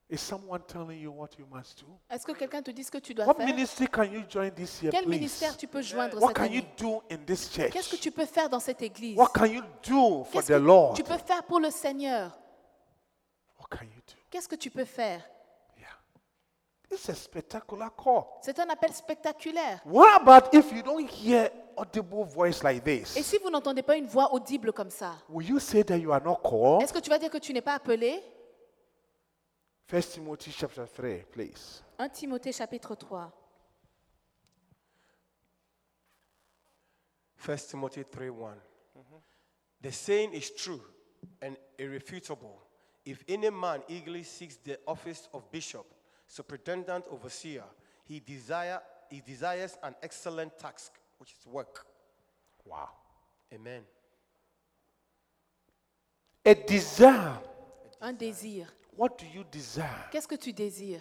Is someone telling you what you must do? Est-ce que quelqu'un te dit ce que tu dois What faire ministry can you join this year, Quel please? ministère tu peux joindre What cette can you année do in this church? Qu'est-ce que tu peux faire dans cette église What can you do for Qu'est-ce the que Lord? tu peux faire pour le Seigneur What can you do? Qu'est-ce que tu peux faire Yeah. It's a spectacular call. C'est un appel spectaculaire. What about if you don't hear audible voice like Et this? si vous n'entendez pas une voix audible comme ça, Will you say that you are not called? est-ce que tu vas dire que tu n'es pas appelé First Timothy chapter 3, please. 1 Timothée chapitre 3. First Timothy 3 1. The saying is true and irrefutable. If any man eagerly seeks the office of bishop, superintendent, overseer, he, desire, he desires an excellent task, which is work. Wow. Amen. A desire. Un désir. What do you desire? Qu'est-ce que tu désires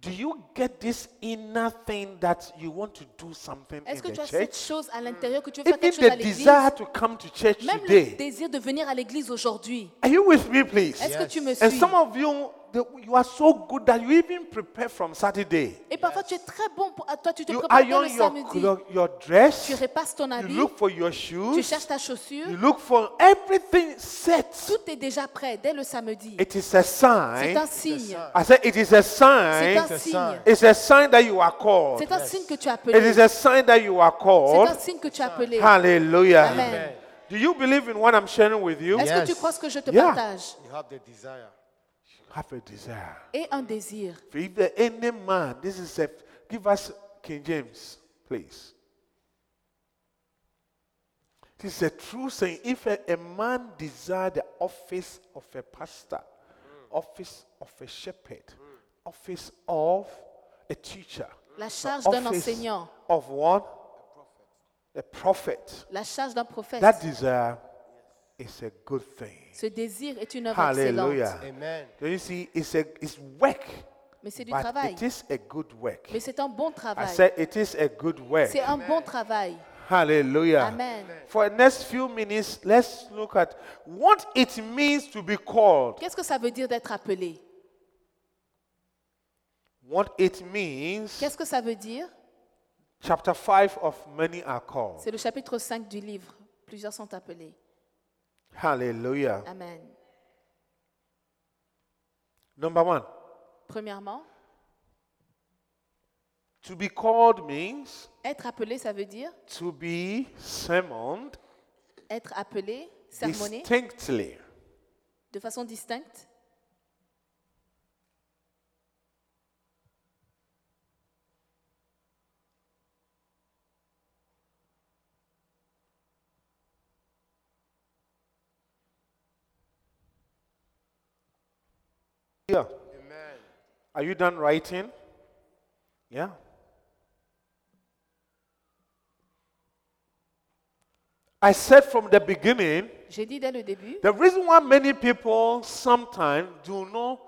Do you get this inner thing that you want to do something in Est-ce que tu the as cette church? chose à l'intérieur que tu veux faire Even quelque chose à the l'église desire to come to church Même le today. désir de venir à l'église aujourd'hui. Are you with me, please? Est-ce que tu me And suis some of you, the- you are so good that you even prepare from Saturday. Et parfois tu es très bon. Pour... ah, Toi tu te You prépares dès le iron your, samedi. clo- your Tu dress, repasses ton you habit. look for your Tu shoes, cherches ta you chaussure. look for everything set. Tout est déjà prêt dès le samedi. It is a sign. C'est un signe. I said it is a C'est sign. un signe. It's a sign that you are called. C'est un signe que tu as It appelé. is a sign that you are C'est called. un signe que tu as appelé. Hallelujah. Amen. Do you believe in what I'm sharing with you? Est-ce que Yes. tu crois ce que je te Yeah. partage You have the desire. Have a desire. Et un désir. If there any man, this is a give us King James, please. This is a true saying. If a, a man desire the office of a pastor, Mm. office of a shepherd, office of a teacher, La the charge d'un office enseignant. of one, a prophet. La charge d'un prophète. That desire is a good thing. Ce désir est une œuvre Hallelujah. excellente. Amen. Don't you see? It's a it's work. Mais c'est du But travail. it is a good work. Mais c'est un bon I travail. said it is a good work. C'est un bon travail. Hallelujah. Amen. For the next few minutes, let's look at what it means to be called. Qu'est-ce que ça veut dire d'être appelé What it means. Qu'est-ce que ça veut dire Chapter 5 of Many Are Called. C'est le chapitre 5 du livre. Plusieurs sont appelés. Hallelujah. Amen. Number one, Premièrement, to be called means être appelé, ça veut dire to be summoned être appelé, sermonné, distinctly. de façon distincte, Yeah. Are you done writing? Yeah. I said from the beginning, J'ai dit dès le début, the reason why many people sometimes do not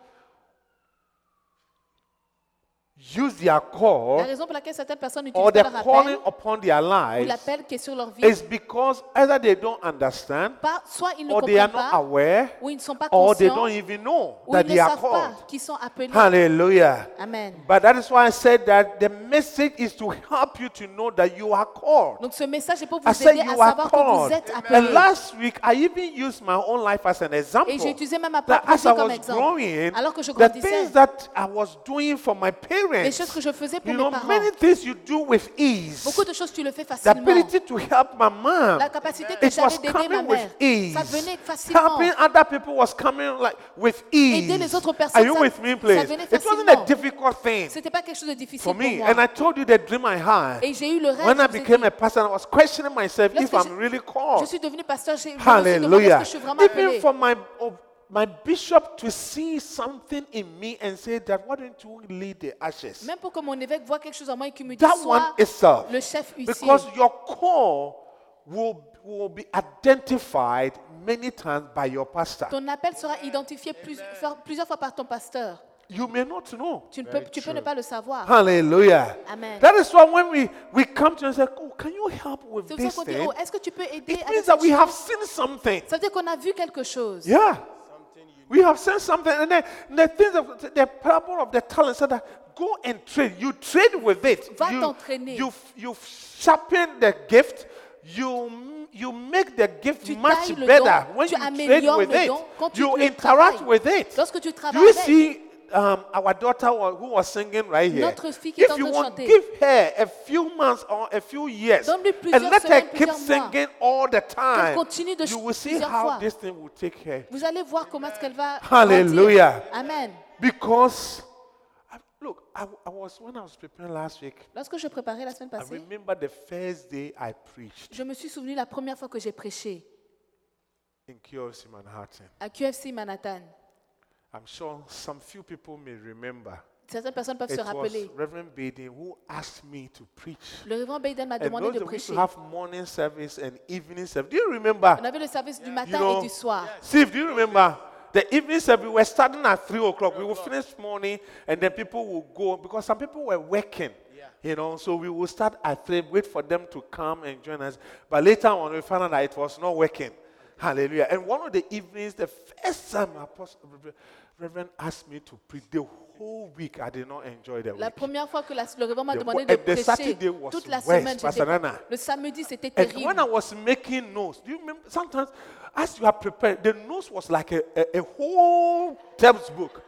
use their La call raison pour laquelle certaines personnes or utilisent the pas leur calling appel upon their ou lives l'appel qui est sur leur vie, is because either they don't understand pas, soit ils ne or they are comprennent not pas, aware ou ils ne sont pas or they don't conscients, even know ou that ils ne they are savent pas called. qu'ils sont appelés. Hallelujah. Amen. But that is why I said that the message is to help you to know that you are called. Donc ce message est pour vous I said aider à you are savoir que called. vous êtes And appelés. last week I even used my own life as an example. Et j'ai utilisé même ma That propre as vie I comme was exemple. growing, Alors que je the things grandissais, that I was doing for my les parents, choses que je faisais pour you mes know, parents, many things you do with ease. beaucoup de choses tu le fais The facilement. ability to help my mom. La capacité que It j'avais was d'aider ma coming mère, with ease. ça venait facilement. Helping other people was coming like with ease. les autres Are personnes, you ça- with me, ça please? venait It wasn't a facilement. difficult thing C'était pas quelque chose de difficile for pour me. moi. And I told you the dream I had. Et j'ai eu le rêve. When I je vous ai became dit. a pastor, I was questioning myself if Lorsque I'm je- really Je called. suis devenu pasteur. J'ai je me suis demandé, est-ce Hallelujah. que je suis vraiment Even appelé. for my of my bishop to see something in me and say that why don't you lead the ashes? Même pour que mon évêque voit quelque chose en moi et qu'il me dise That one sois itself. le chef huissier. Because your call will, will be identified many times by your pastor. Ton appel sera identifié plus- faire- plusieurs fois par ton pasteur. You may not know. Tu ne peux, tu peux ne pas le savoir. Hallelujah. Amen. That is why when we, we come to you and say, oh, can you help with C'est pour this ça qu'on dit, thing? oh, est-ce que tu peux aider It avec means cette that we chose have seen something. Ça veut dire qu'on a vu quelque chose. Yeah. We have seen something. And then the things of the parable of the talent said that go and trade. You trade with it. Va you, t'entraîner. you, you sharpen the gift. You, you make the gift Tu much tailles le better don, when tu you trade améliores with le it. don quand tu you le interact travailles. with it. Lorsque Do tu you travailles. see um, our daughter wa- who was singing right here? Notre fille qui est en if you train de want, chanter. give her a few months or a few years, and Donne-lui plusieurs let her semaines, keep plusieurs mois. singing all the time. continue de you ch- will see plusieurs how fois. this thing will take her. Vous allez voir comment est-ce qu'elle va. Hallelujah. grandir. Amen. Because, I, look, I, w- I was when I was preparing last week, Lorsque je préparais la semaine I passée, remember the first day I preached je me suis souvenu la première fois que j'ai prêché in QFC Manhattan. à QFC Manhattan. I'm sure some few people may remember. Certaines personnes peuvent It se was rappeler. Reverend Baden who asked me to preach. Le révérend Baden m'a And demandé those de that we used prêcher. to have morning service and evening service. Do you remember? On avait le service du You matin know, et du soir. Steve, do you remember? The evening service, we were starting at 3 o'clock. We will finish morning and then people will go because some people were working. You know, so we will start at 3, wait for them to come and join us. But later on, we found out that it was not working. Hallelujah. And one of the evenings, the first time Apostle, Reverend asked me to preach the whole week, I did not enjoy the La week. première fois que la- le révérend m'a The- demandé and de the prêcher, Saturday was toute la worse, semaine, Pastor j'étais- Nana. le samedi, c'était And when I terrible. was making notes, do you remember? Sometimes, as you are prepared, the notes was like a, a, a whole textbook.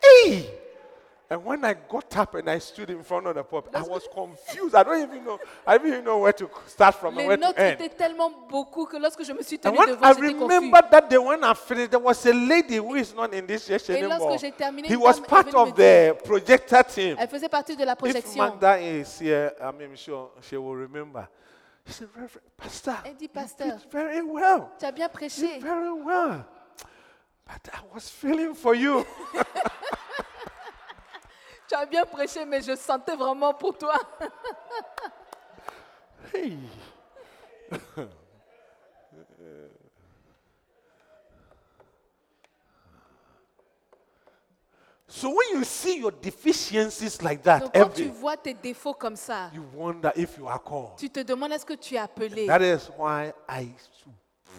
Hey! And when I got up and I stood in front of the pulpit, I was confused. I don't even know. I don't even know where to start from and Les where to notes étaient end. tellement beaucoup que lorsque je me suis And tenue when I devant, j'étais confus. remember that day when I finished, there was a lady who is not in this church Et lorsque anymore. j'ai terminé, He une was dame est part venue me of the projector team. Elle faisait partie de la If projection. Magda is here, I mean, sure she will remember. She said, Reverend Pastor, Elle dit, you Pasteur. preach very well. Tu as bien You did prêché, very well. But I was feeling for you. tu as bien prêché, mais je sentais vraiment pour toi. hey. so when you see your deficiencies like that, Donc quand tu every, vois tes défauts comme ça, you wonder if you are called. tu te demandes est-ce que tu es appelé. That is why I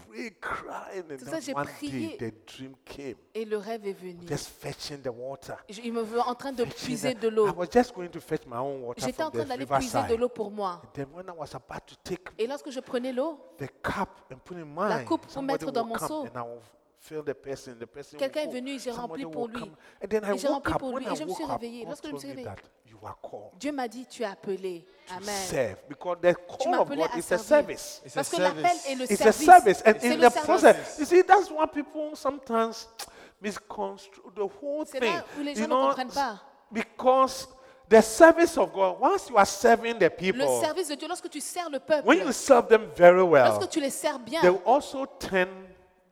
pray, crying, and C'est pour ça then que j'ai one day prié. the dream came. Et le rêve est venu. Just fetching the water. Je- Il me voit en train de Fetching puiser the- de I l'eau. was just going to fetch my own water J'étais en from train the d'aller puiser riverside. de l'eau pour moi. Then when I was about to take Et lorsque je prenais l'eau, the cup and put in mine, coupe pour somebody mettre will dans mon come seau. and I will fill the person. The person will Quelqu'un est go. venu, j'ai Somebody rempli will pour lui. come. And then I Et j'ai woke rempli up. pour When lui. I Et je me suis woke up, réveillée. God Lorsque je me told suis me réveillée, that you are called Dieu m'a dit tu es appelé. to Amen. serve because the call of m'appelais Oh God à is a servir. service. It's a Parce que service. l'appel est le It's a service. service, and C'est in le the service. process, you see, that's why people sometimes misconstrue the whole C'est thing. là où les you gens ne know, comprennent pas. because the service of God, once you are serving the Le people, service de Dieu, lorsque tu sers le peuple, when you serve them very well, lorsque tu les sers bien, they will also turn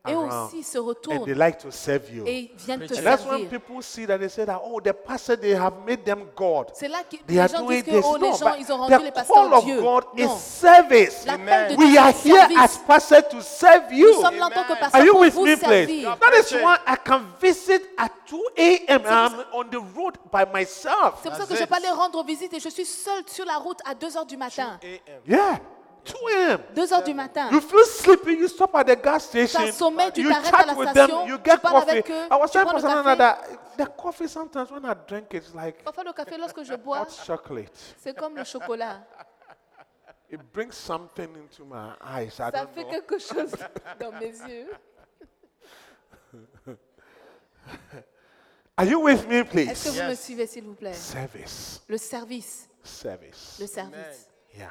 et around. aussi se And they retournent like to serve you. et viennent te And that's when servir. people see that they say that, oh, the pastor, they have made them God. C'est là que They les are gens doing disent que this. oh, les No, gens, but ils ont rendu les the pasteurs call of Dieu. God Non. is service. L'appel de Dieu, We are c'est here as service. pastors to serve you. Nous sommes là en tant que Are pasteurs you pour with vous me, please? servir. That is why I can visit at 2 a.m. I'm on the road by myself. C'est pour ça que je peux aller rendre visite et je suis seule sur la route à 2h du matin. Yeah, 2 a.m. 2h du matin. You feel sleepy, you stop at the gas station. T'as sommeil, tu you t'arrêtes à chat la with station, them, you tu get parles coffee. avec eux, I was tu telling prends le Pastor café. Nana that the coffee sometimes when I drink it's like Parfois, le café, lorsque je bois, hot chocolate. c'est comme le chocolat. It brings something into my eyes. I Ça don't fait know. quelque chose dans mes yeux. Are you with me, Est-ce que please? vous me suivez, s'il vous plaît Service. Le service. Service. Le service. Yeah.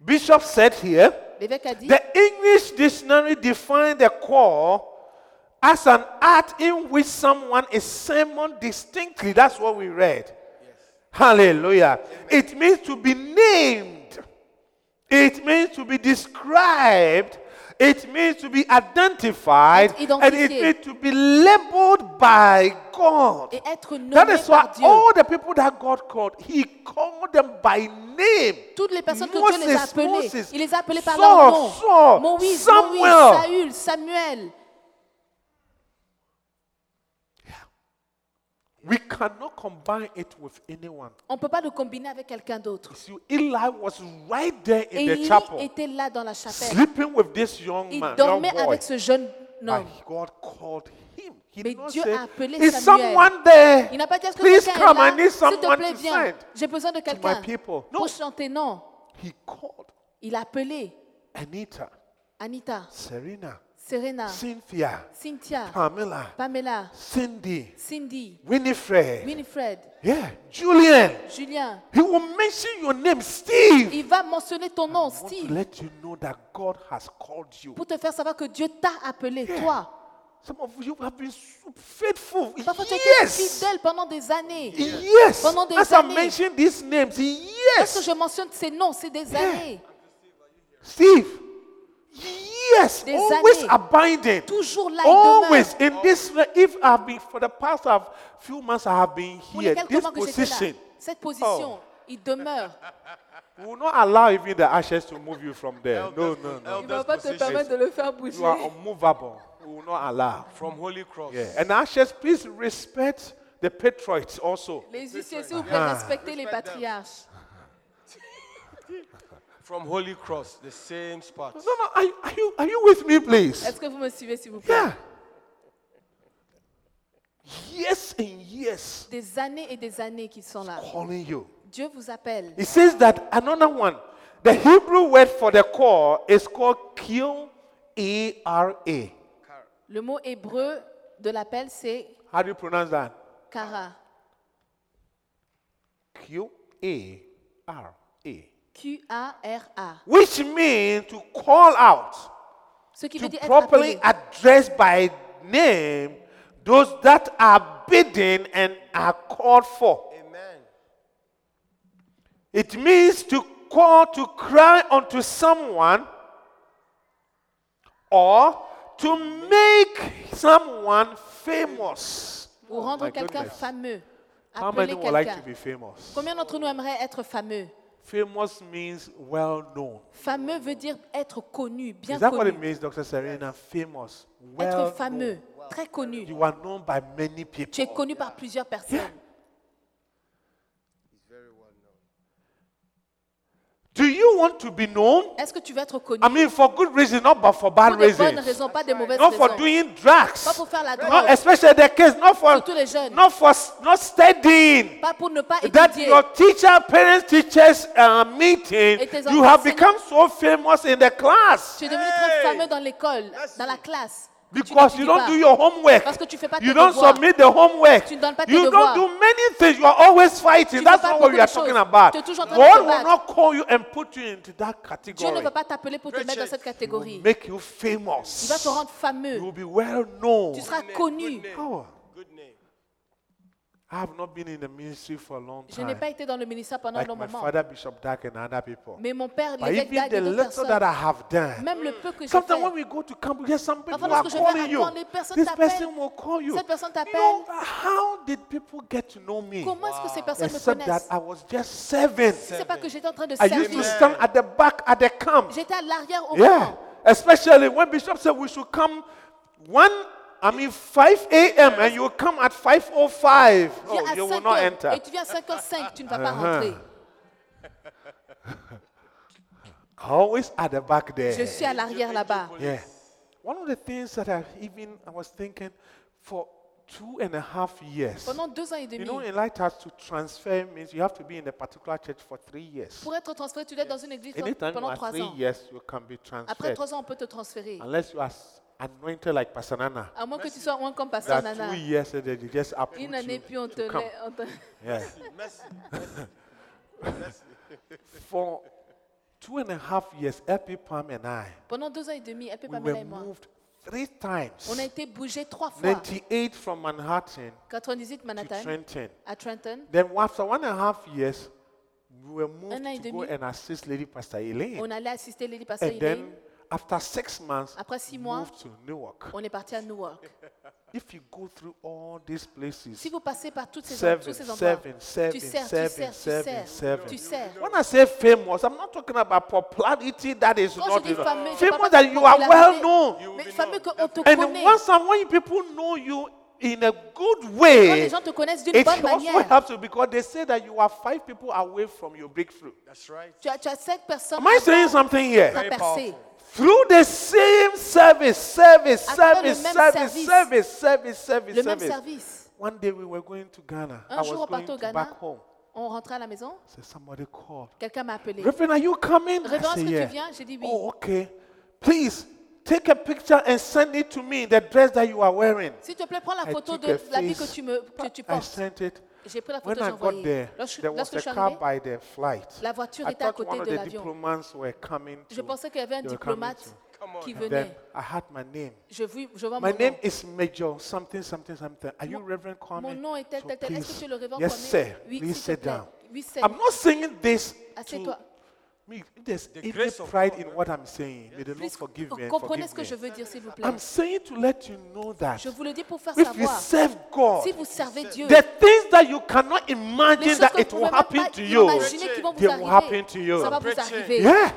Bishop said here L'évêque a dit the English dictionary defines the call as an act in which someone is summoned distinctly. That's what we read. Hallelujah. It means to be named, it means to be described, it means to be identified, Être and it identifié. means to be labeled by God. et être nommé That is why par Dieu. all the people that God called, He called them by name. Toutes les personnes que Moses, Dieu les a appelées, Moses, il les a appelées par Saul, leur nom. Saul, Moïse, Samuel. Moïse, Saül, Samuel. We cannot combine it with anyone. On ne peut pas le combiner avec quelqu'un d'autre. You see, Eli was right there Et in the Élie chapel, était là dans la chapelle. sleeping with this young Il man, young dormait boy. avec ce jeune homme. And God called him. He Mais did not Dieu say, a appelé Is Samuel." someone there? Il n'a pas dit est-ce que Please quelqu'un est come, I là need S'il te someone plaît, to viens. sing. J'ai besoin de quelqu'un people. No. pour chanter. Non, He called il a appelé Anita, Anita, Serena, Serena, Cynthia, Cynthia, Pamela, Pamela, Cindy, Cindy, Winifred, Winifred, yeah, Julian. Julien. He will mention your name, Steve. Il va mentionner ton nom, I want to Steve, let you know that God has called you. pour te faire savoir que Dieu t'a appelé, Yeah. toi. Some of you have been so faithful. Parfois, tu as été Yes. fidèle pendant des années. Yes. Pendant des As I années. mentioned these names, Lorsque yes. je mentionne ces noms, c'est des années. Steve. Yes. Des Always années. abiding. Toujours là et Always demeure. in this. If I've been for the past uh, few months, I have been Pour here. les quelques This mois que j'étais là, position. Oh. cette position, il demeure. We will not allow even the ashes to move you from there. No, Elders- no, no. elders Il ne va pas te position. permettre de le faire bouger. You are unmovable. We will not allow. From Holy Cross. Yeah. And ashes, please respect the patriots also. Les huissiers, s'il vous plaît, Ah. respectez les Respect them. patriarches. From Holy Cross, the same spot. No, no, are, you- are you are you with me, please? Est-ce que vous me suivez, s'il vous plaît Yeah. Yes and yes, Des années et des années qu'ils sont là. calling you. Dieu vous appelle. It says that another one, the Hebrew word for the call is called Q E R A. Le mot hébreu de l'appel, c'est How do you pronounce that? kara. Q A R A. Q-A-R-A. Which means to call out. Ce qui veut to dire être properly appelé. address by name those that are bidden and are called for. Amen. It means to call, to cry unto someone, or to make someone famous. Ou rendre Oh my quelqu'un goodness. fameux. How Appeler many would like quelqu'un. to be famous? Combien d'entre nous aimeraient être fameux Famous means well known. Fameux veut dire être connu, bien Is that what connu. it means, Dr. Serena? Famous, well Être fameux, très connu. You are known by many Tu es people. connu par plusieurs personnes. Do you want to be known? Est-ce que tu veux être connu I mean, for good reason, not but for bad Pour des bonnes reasons. raisons, pas des mauvaises Not for raisons. doing drugs. Pas pour faire la Not drogue, especially the kids, not for Surtout les jeunes. not for s- not studying. pas pour ne pas That étudier. your teacher, parents, teachers uh, meeting, Et tes you have enseignants. become so famous in the class Tu es devenu très Hey! fameux dans l'école, Merci. dans la classe. que tu because you n'étudies don't pas. do your homework. Parce que tu fais pas you tes don't devoirs. submit the homework. Tu ne donnes pas tes you devoirs. don't do many things. You are always fighting. Tu That's fais pas not what we beaucoup are de talking choses. about. Tu es toujours en train de God te will battre. not call you and put you into that Dieu ne category. va pas t'appeler pour te Richard. mettre dans cette catégorie. Make you Il va famous. te rendre You fameux. will be well known. Tu seras Name, connu. Good name. Oh. Good name. I have not been in the ministry for a long Je n'ai time. pas été dans le ministère pendant Ah. Like un long my moment. father, Bishop Dark, and other people. Mais mon père, But l'évêque even Dag the et d'autres little that personnes, I have done, même le peu que j'ai sometimes when fait, we go to camp, yes, some people Parfois, are lorsque je vais à calling camp, you. les personnes This t'appellent. person will call you. Cette personne You know, t'appelle. how did people get to know me? comment est-ce que ces personnes me Except that connaissent I was just serving. Si c'est pas que j'étais en train de I used to servir. stand at the back at the camp. J'étais à l'arrière au Yeah, camp. especially when Bishop said we should come one. I mean, 5 a.m. and you come at 5:05. Viens Oh, you à will 5 not heures, enter. Uh-huh. Et tu viens à 5h05, tu ne vas pas rentrer. Always at the back Je there. suis à l'arrière là-bas. Yeah. One of the things that I even I was thinking for two and a half years. Pendant deux ans et You know, demi. in Lighthouse to transfer means you have to be in a particular church for three years. Pour être transféré, tu dois être dans une église Anytime you pendant are 3 three ans. years, you can be Après transferred 3 ans, on peut te transférer. unless you are s- anointed like Pasanana. À moins que tu sois un comme passant, That Nana. two years and then they just approve Une année, you puis on te to come. l'a- on te- Yeah. For two and a half years, LP Palm and I, Pendant deux ans et demi, elle peut we pas were et moi. moved three times. On a été bougé trois fois. 98 from Manhattan 98 to Manhattan, Trenton. à Trenton. Then after one and a half years, we were Un an et moved to go demi. and assist Lady Pastor Elaine. On allait assister Lady Pastor And then Elaine. after six months, Après six we mois, moved to Newark. On est parti à Newark. If you go through all these places, Si vous passez par toutes ces en- serving, tous ces endroits, serving, tu serving, sers, tu serving, sers, tu serving, sers, serving. tu sers. When I say famous, I'm not talking about popularity that is Quand not je dis fameux, je parle famous pas de that you are well popularité, known. Mais fameux qu'on te And connaît. once and when people know you in a good Quand les way, gens te connaissent d'une it bonne also manière, helps you because they say that you are five people away from your breakthrough. That's right. tu as, tu as sept personnes Am I saying something here? à percer. Through the same service, service, À travers le service, même service, service. service, service, service, Le même service. service. One day we were going to Ghana. I Un was jour, on going partait au to Ghana. back home. On rentrait à la maison. So somebody called. Quelqu'un m'a appelé. Reverend, are you coming? I Reverend, said, est-ce que tu "Yeah." viens? J'ai dit oui. Oh, okay. Please take a picture and send it to me. The dress that you are wearing. S'il te plaît, prends la I photo took de a la vie que face- tu, me, que tu I portes. sent it. J'ai pris la photo, When j'ai I got envoyée. there, Lorsque, there lorsque was je a suis car arrivée, by the flight. la voiture I était à thought one côté of de the l'avion. diplomats were coming. je to- pensais qu'il y avait un they were coming diplomate to- qui Then venait. I had my name. Je, vis- je vois My mon nom. name is Major something something something. Are you Mon- Reverend Kwame? Mon nom est tel, So tel, tel. Est-ce que please, tu es le révérend yes, Kwame? sir. Oui, s'il please te sit plaît. down. Oui, sir. I'm not saying this Assieds-toi. to me. If there's any grace of pride God, in what I'm saying, may the Lord Please, oh, forgive me. and comprenez forgive ce que me. je veux dire, s'il vous plaît. I'm saying to let you know that Je vous le dis pour faire if you savoir. serve God, Si vous servez Dieu, the things that you cannot les imagine choses that que it vous will ne pouvez happen même to pas you, imaginer qui vont they vous will happen to arriver, you. ça va vous Preaching. arriver. Yeah,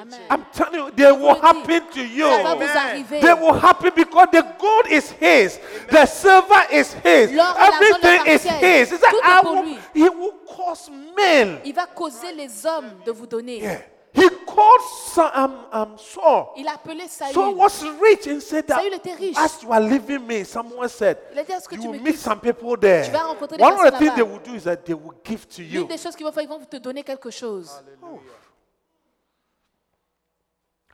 Amen. I'm telling you, they will dis, happen to you. Ça va vous Amen. arriver. They will happen because the gold is his, the silver is his, L'or et l'argent everything lui is his. appartiennent. He said, Tout est I pour will- lui. he will cause men. Il va causer les hommes de vous donner. Yeah. He called Sa- um, um, Saul. Il a appelé Saül. Saul was rich and said that Saül était riche. as you are leaving me, someone said, Il a dit, est-ce que you tu will me meet some people there. Tu vas rencontrer des One of the personnes things they là-bas. will do is that they will give to L'une you. des choses qu'ils vont faire, ils vont te donner quelque chose.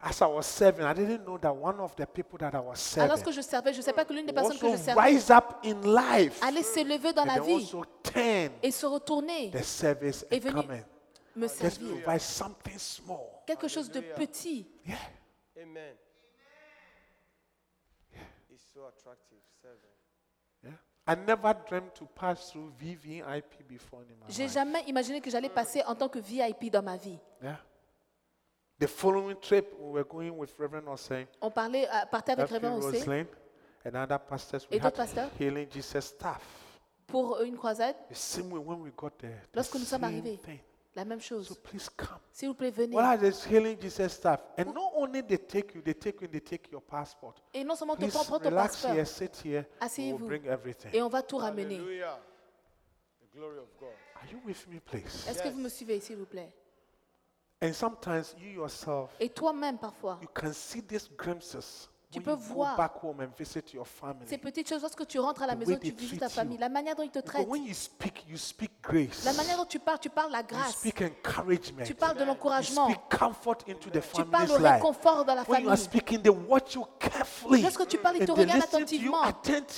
As I was serving, I didn't know that one of the people that I was Alors serving que je servais, je ne sais pas que l'une des would personnes que je also servais rise up in life. allait s'élever dans and la they vie also turn et se retourner, the service est and venu come in. me Just servir. provide something small. Quelque chose de petit. Yeah. Amen. It's so attractive. Seven. yeah. I never dreamed to pass through VVIP before in my J'ai life. jamais imaginé que j'allais passer en tant que VIP dans ma vie. Yeah. The following trip, we were going with Reverend Osei, On parlait, euh, partait avec F.P. Révérend Osé Roslin, and other pastors. We Et had d'autres pasteurs. healing Jesus staff. pour une croisade. The same way when we got there. the Lorsque nous sommes same arrivés, thing. la même So chose. please come. S'il vous plaît, venez. Well, there's healing Jesus staff, and not only they take you, they take you, and they take your passport. Et non seulement on te Please prend, prends ton relax passeport here, sit here. We'll Asseyez-vous. bring everything. et on va tout ramener. Hallelujah. The glory of God. Are you with me, please? Est-ce que vous me suivez, s'il vous plaît And sometimes you yourself, Et toi-même, parfois, you can see these glimpses Tu when peux you go voir back home and visit your family. ces petites choses, lorsque tu rentres à la The maison, way tu they visites treat ta famille, you. la manière dont ils te Because traitent, when you speak, you speak grace. la manière dont tu parles, tu parles la you grâce, speak encouragement. tu parles de you l'encouragement, speak comfort into the tu parles family's au life. réconfort dans la When you are famille. speaking, they watch you carefully. Lorsque tu parles, ils and te they regardent listen to you attentivement.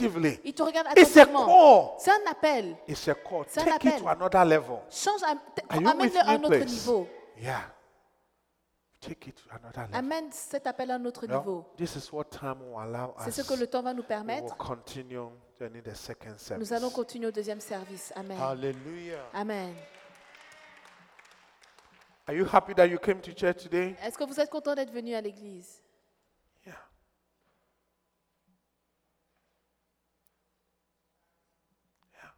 attentively. Ils te regardent It's a attentivement. call. C'est un appel. It's a call. C'est un Take it appel. to another level. Change, am- Are you with amène-le à me, un autre please? niveau. Yeah. take it to another level. Amène cet appel à un autre No, niveau. This is what time will allow C'est us. ce que le temps va nous We will permettre. continue during the second service. Nous allons continuer au deuxième service. Amen. Hallelujah. Amen. Are you happy that you came to church today? Est-ce que vous êtes content d'être venu à l'église Yeah. Yeah.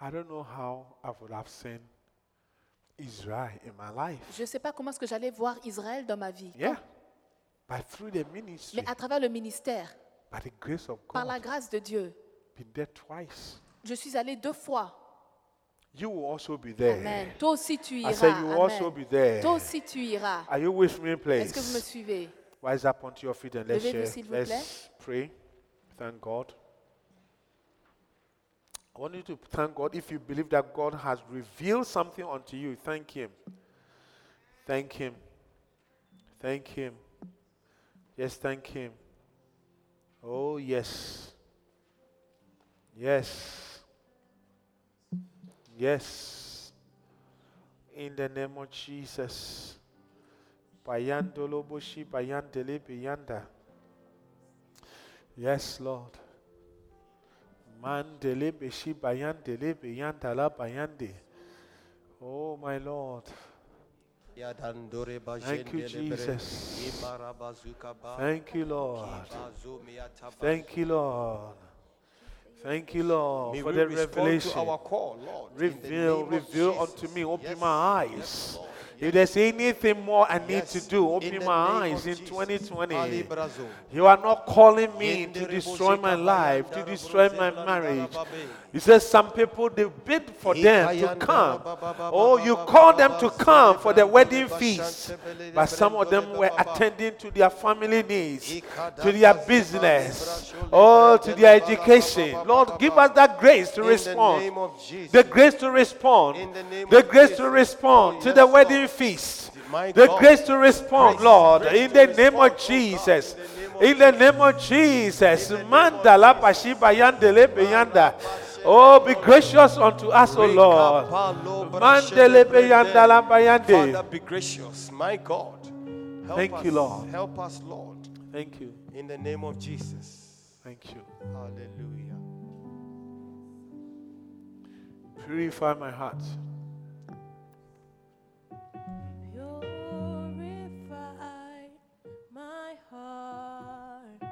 I don't know how I would have seen Israel in my life. Je ne sais pas comment est-ce que j'allais voir Israël dans ma vie, Yeah. But through the ministry, mais à travers le ministère, by the grace of par God, la grâce de Dieu, been there twice. je suis allé deux fois. You will also be there. Amen. Toi aussi tu I iras. said you will also Amen. be there. Toi aussi tu iras. Are you with me, Est-ce que vous me please? suivez Rise up onto your feet and let's Levez-vous, share. s'il vous Let's pray. Thank God. I want you to thank God. If you believe that God has revealed something unto you, thank Him. Thank Him. Thank Him. Yes, thank Him. Oh, yes. Yes. Yes. In the name of Jesus. Bayandoloboshi bayandele beyanda. Yes, Lord. Mandele beshi bayandele beyandala bayande. Oh, my Lord. Yadandore Thank you, bajendelebere, Jesus. imarabazuka ba, Thank you, Lord. kibazumiataba. Thank you, Lord. Thank you, Lord, May for we the respond revelation. to our call, Lord. in the Reveal, name of reveal Jesus. unto me, open Yes, my yes, eyes. Lord. If there's anything more I need Yes, to do, in open my the name of eyes in Jesus. 2020. Ali Brazo. You are not calling me Yende to rebo destroy my zika life, to bayanda destroy rebo my zika marriage. ndala babe. He says some people they bid for He them to bayanda come. ba- ba- ba- Oh, ba- you ba- called ba- them ba- to come for the zele- wedding ba- feast, shante- bele- but some of brendo- them le- were ba- ba- ba. attending to their family needs, Ikada- to their ba- business, zebra- oh, shole- to brendo- their le- ba- ba- ba- education. ba- ba- Lord, ba- give ba. us that grace to In The respond. name of Jesus. The grace to respond. In the name The of grace to Jesus. respond Oh, to yes, the wedding Lord. feast. My The God. grace to respond, Grace, Lord, grace in to the name of respond, oh God, Jesus. In in the the name of Jesus. In the name of Mandala Jesus. pashiba yandele beyanda. Oh, be gracious unto us, O Lord. Mandele beyandala Father, bayande. be gracious, my God. Help Thank us, you, Lord. Help us, Lord, Thank you. in the name of Jesus. Thank you. Hallelujah. Purify my heart. Purify my heart.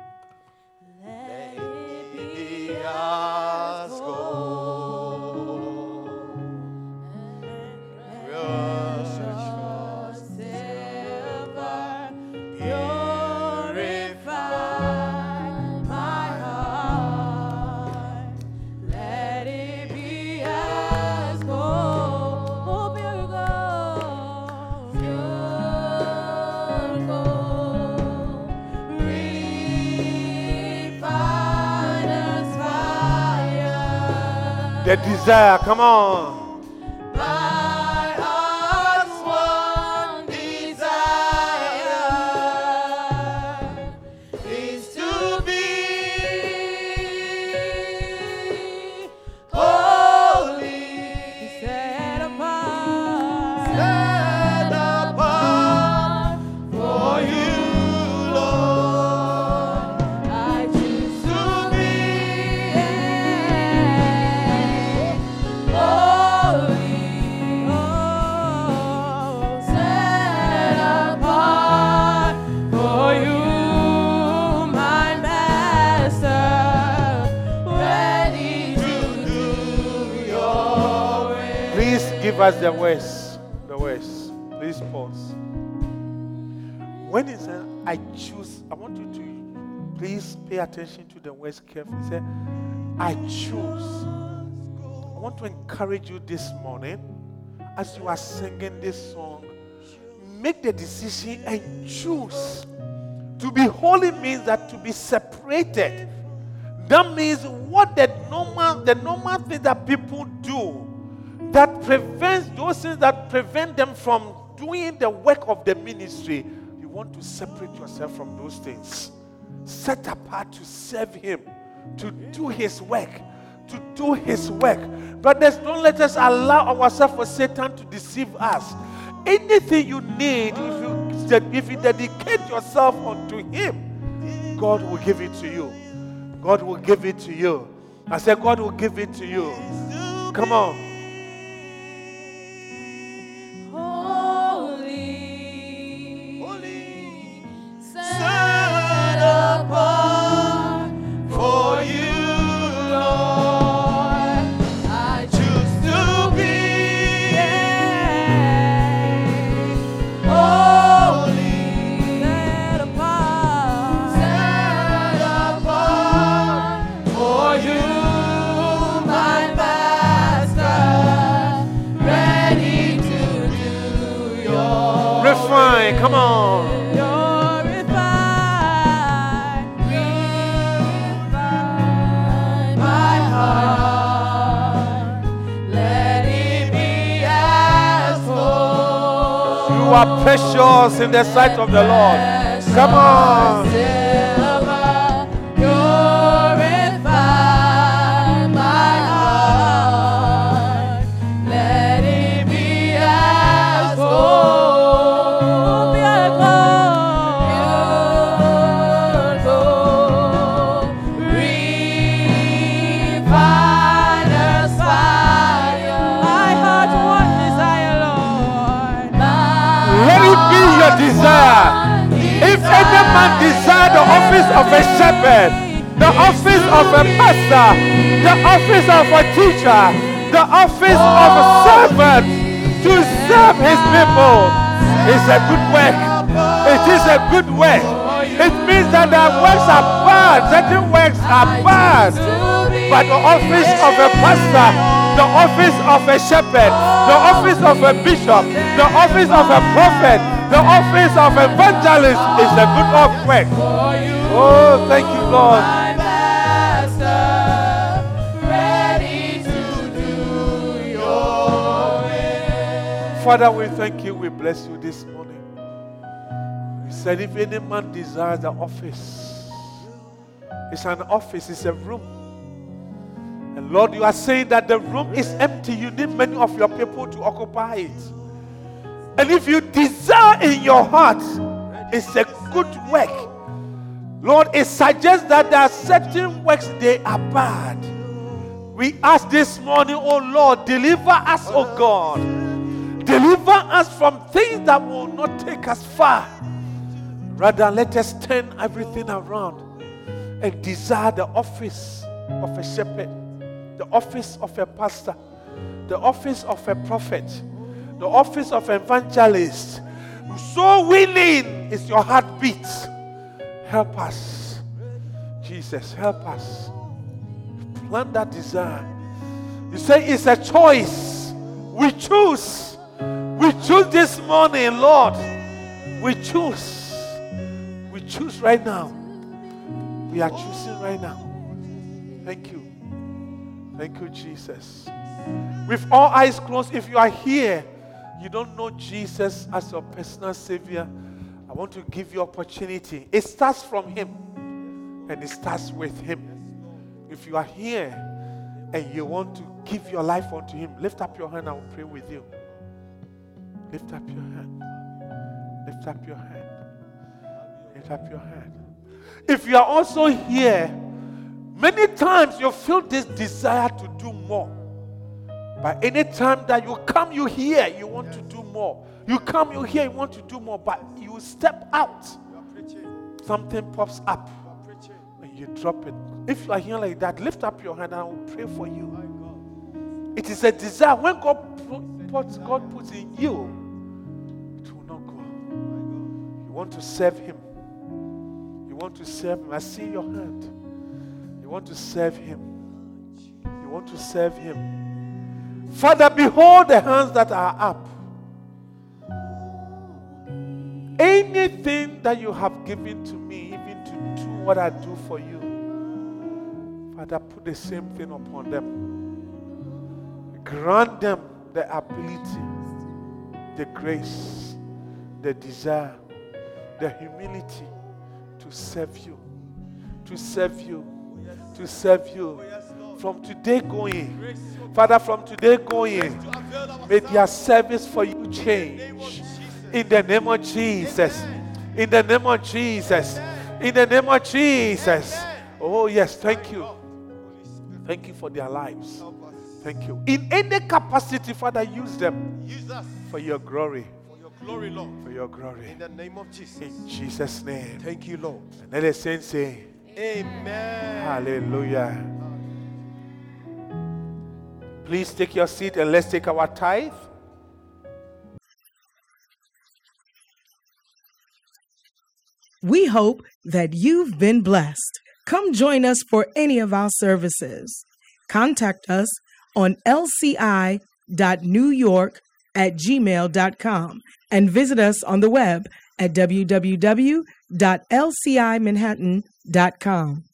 Let it be as gold and precious silver. Purify my heart. Let it be as gold, Oh, pure gold, pure gold, refined as fire. The desire, come on. My heart's one desire is to be holy, set apart, set apart for you, Lord. I choose to be. Holy, set apart for you, my master, ready to do your will. Please give us the words. The words. Please pause. When he said, I choose, I want you to please pay attention to the words carefully. He said, I choose. I want to encourage you this morning as you are singing this song. Make the decision and choose. To be holy means that to be separated. That means what the normal, the normal thing that people do that prevents those things that prevent them from doing the work of the ministry. You want to separate yourself from those things. Set apart to serve him, to do his work, to do his work. Brothers, don't let us allow ourselves for Satan to deceive us. Anything you need, if you, ded- if you dedicate yourself unto him, God will give it to you. God will give it to you. I said, God will give it to you. Come on. Holy, set apart for you, Lord. I choose to be holy, set apart, set apart for you, my Master, ready to do your. Refine. Come on. Purify, purify my heart. Let it be as You gold, are precious in the sight of the Lord. Come on. silver. Purify my heart. Let it be as gold, pure gold, refiner's fire. My heart, what desire, Lord? Let it be your desire. If any man desire the office of a shepherd, the office of a master, the office of a teacher, the office of a servant, to serve his people is a good work. It is a good work. It means that the works are bad, certain works are bad. But the office of a pastor, the office of a shepherd, the office of a bishop, the office of a prophet, the office of evangelist is a good of work. Oh, thank you, Lord. My master, ready to do your will. Father, we thank you. We bless you this morning. You said, if any man desires the office, it's an office, it's a room. And Lord, you are saying that the room is empty. You need many of your people to occupy it. And if you desire in your heart, it's a good work. Lord, it suggests that there are certain works they are bad. We ask this morning, oh Lord, deliver us, oh God. Deliver us from things that will not take us far. Rather, let us turn everything around and desire the office of a shepherd, the office of a pastor, the office of a prophet, the office of evangelist. So willing is your heartbeat. Help us, Jesus, help us. Plant that desire. You say it's a choice. We choose. We choose this morning, Lord. We choose. We choose right now. We are choosing right now. Thank you. Thank you, Jesus. With all eyes closed, if you are here, you don't know Jesus as your personal Savior, I want to give you opportunity. It starts from Him and it starts with Him. If you are here and you want to give your life unto Him, lift up your hand. I will pray with you. Lift up your hand. Lift up your hand. Lift up your hand. If you are also here, many times you feel this desire to do more. But any time that you come, you hear, you want to do more. You come, you hear, you want to do more. But you step out, something pops up, and you drop it. If you are here like that, lift up your hand and I will pray for you. It is a desire. When God pu- puts, God puts in you, it will not go. You want to serve Him. You want to serve Him. I see your hand. You want to serve Him. You want to serve Him. Father, behold the hands that are up. Anything that you have given to me, even to do what I do for you, Father, put the same thing upon them grant them the ability, the grace, the desire, the humility to serve you, to serve you, to serve you. from today going, Father, from today going, may their service for you change. In the name of Jesus. In the name of Jesus. In the name of Jesus. Oh, yes. Thank you. Thank you for their lives. Thank you. In any capacity, Father, use them Use us for your glory. for your glory, Lord. For your glory. In the name of Jesus. In Jesus' name. Thank you, Lord. And let the saints say, Amen. Hallelujah. Please take your seat and let's take our tithe. We hope that you've been blessed. Come join us for any of our services. Contact us on lci.newyork at gmail.com and visit us on the web at www.lcimanhattan.com.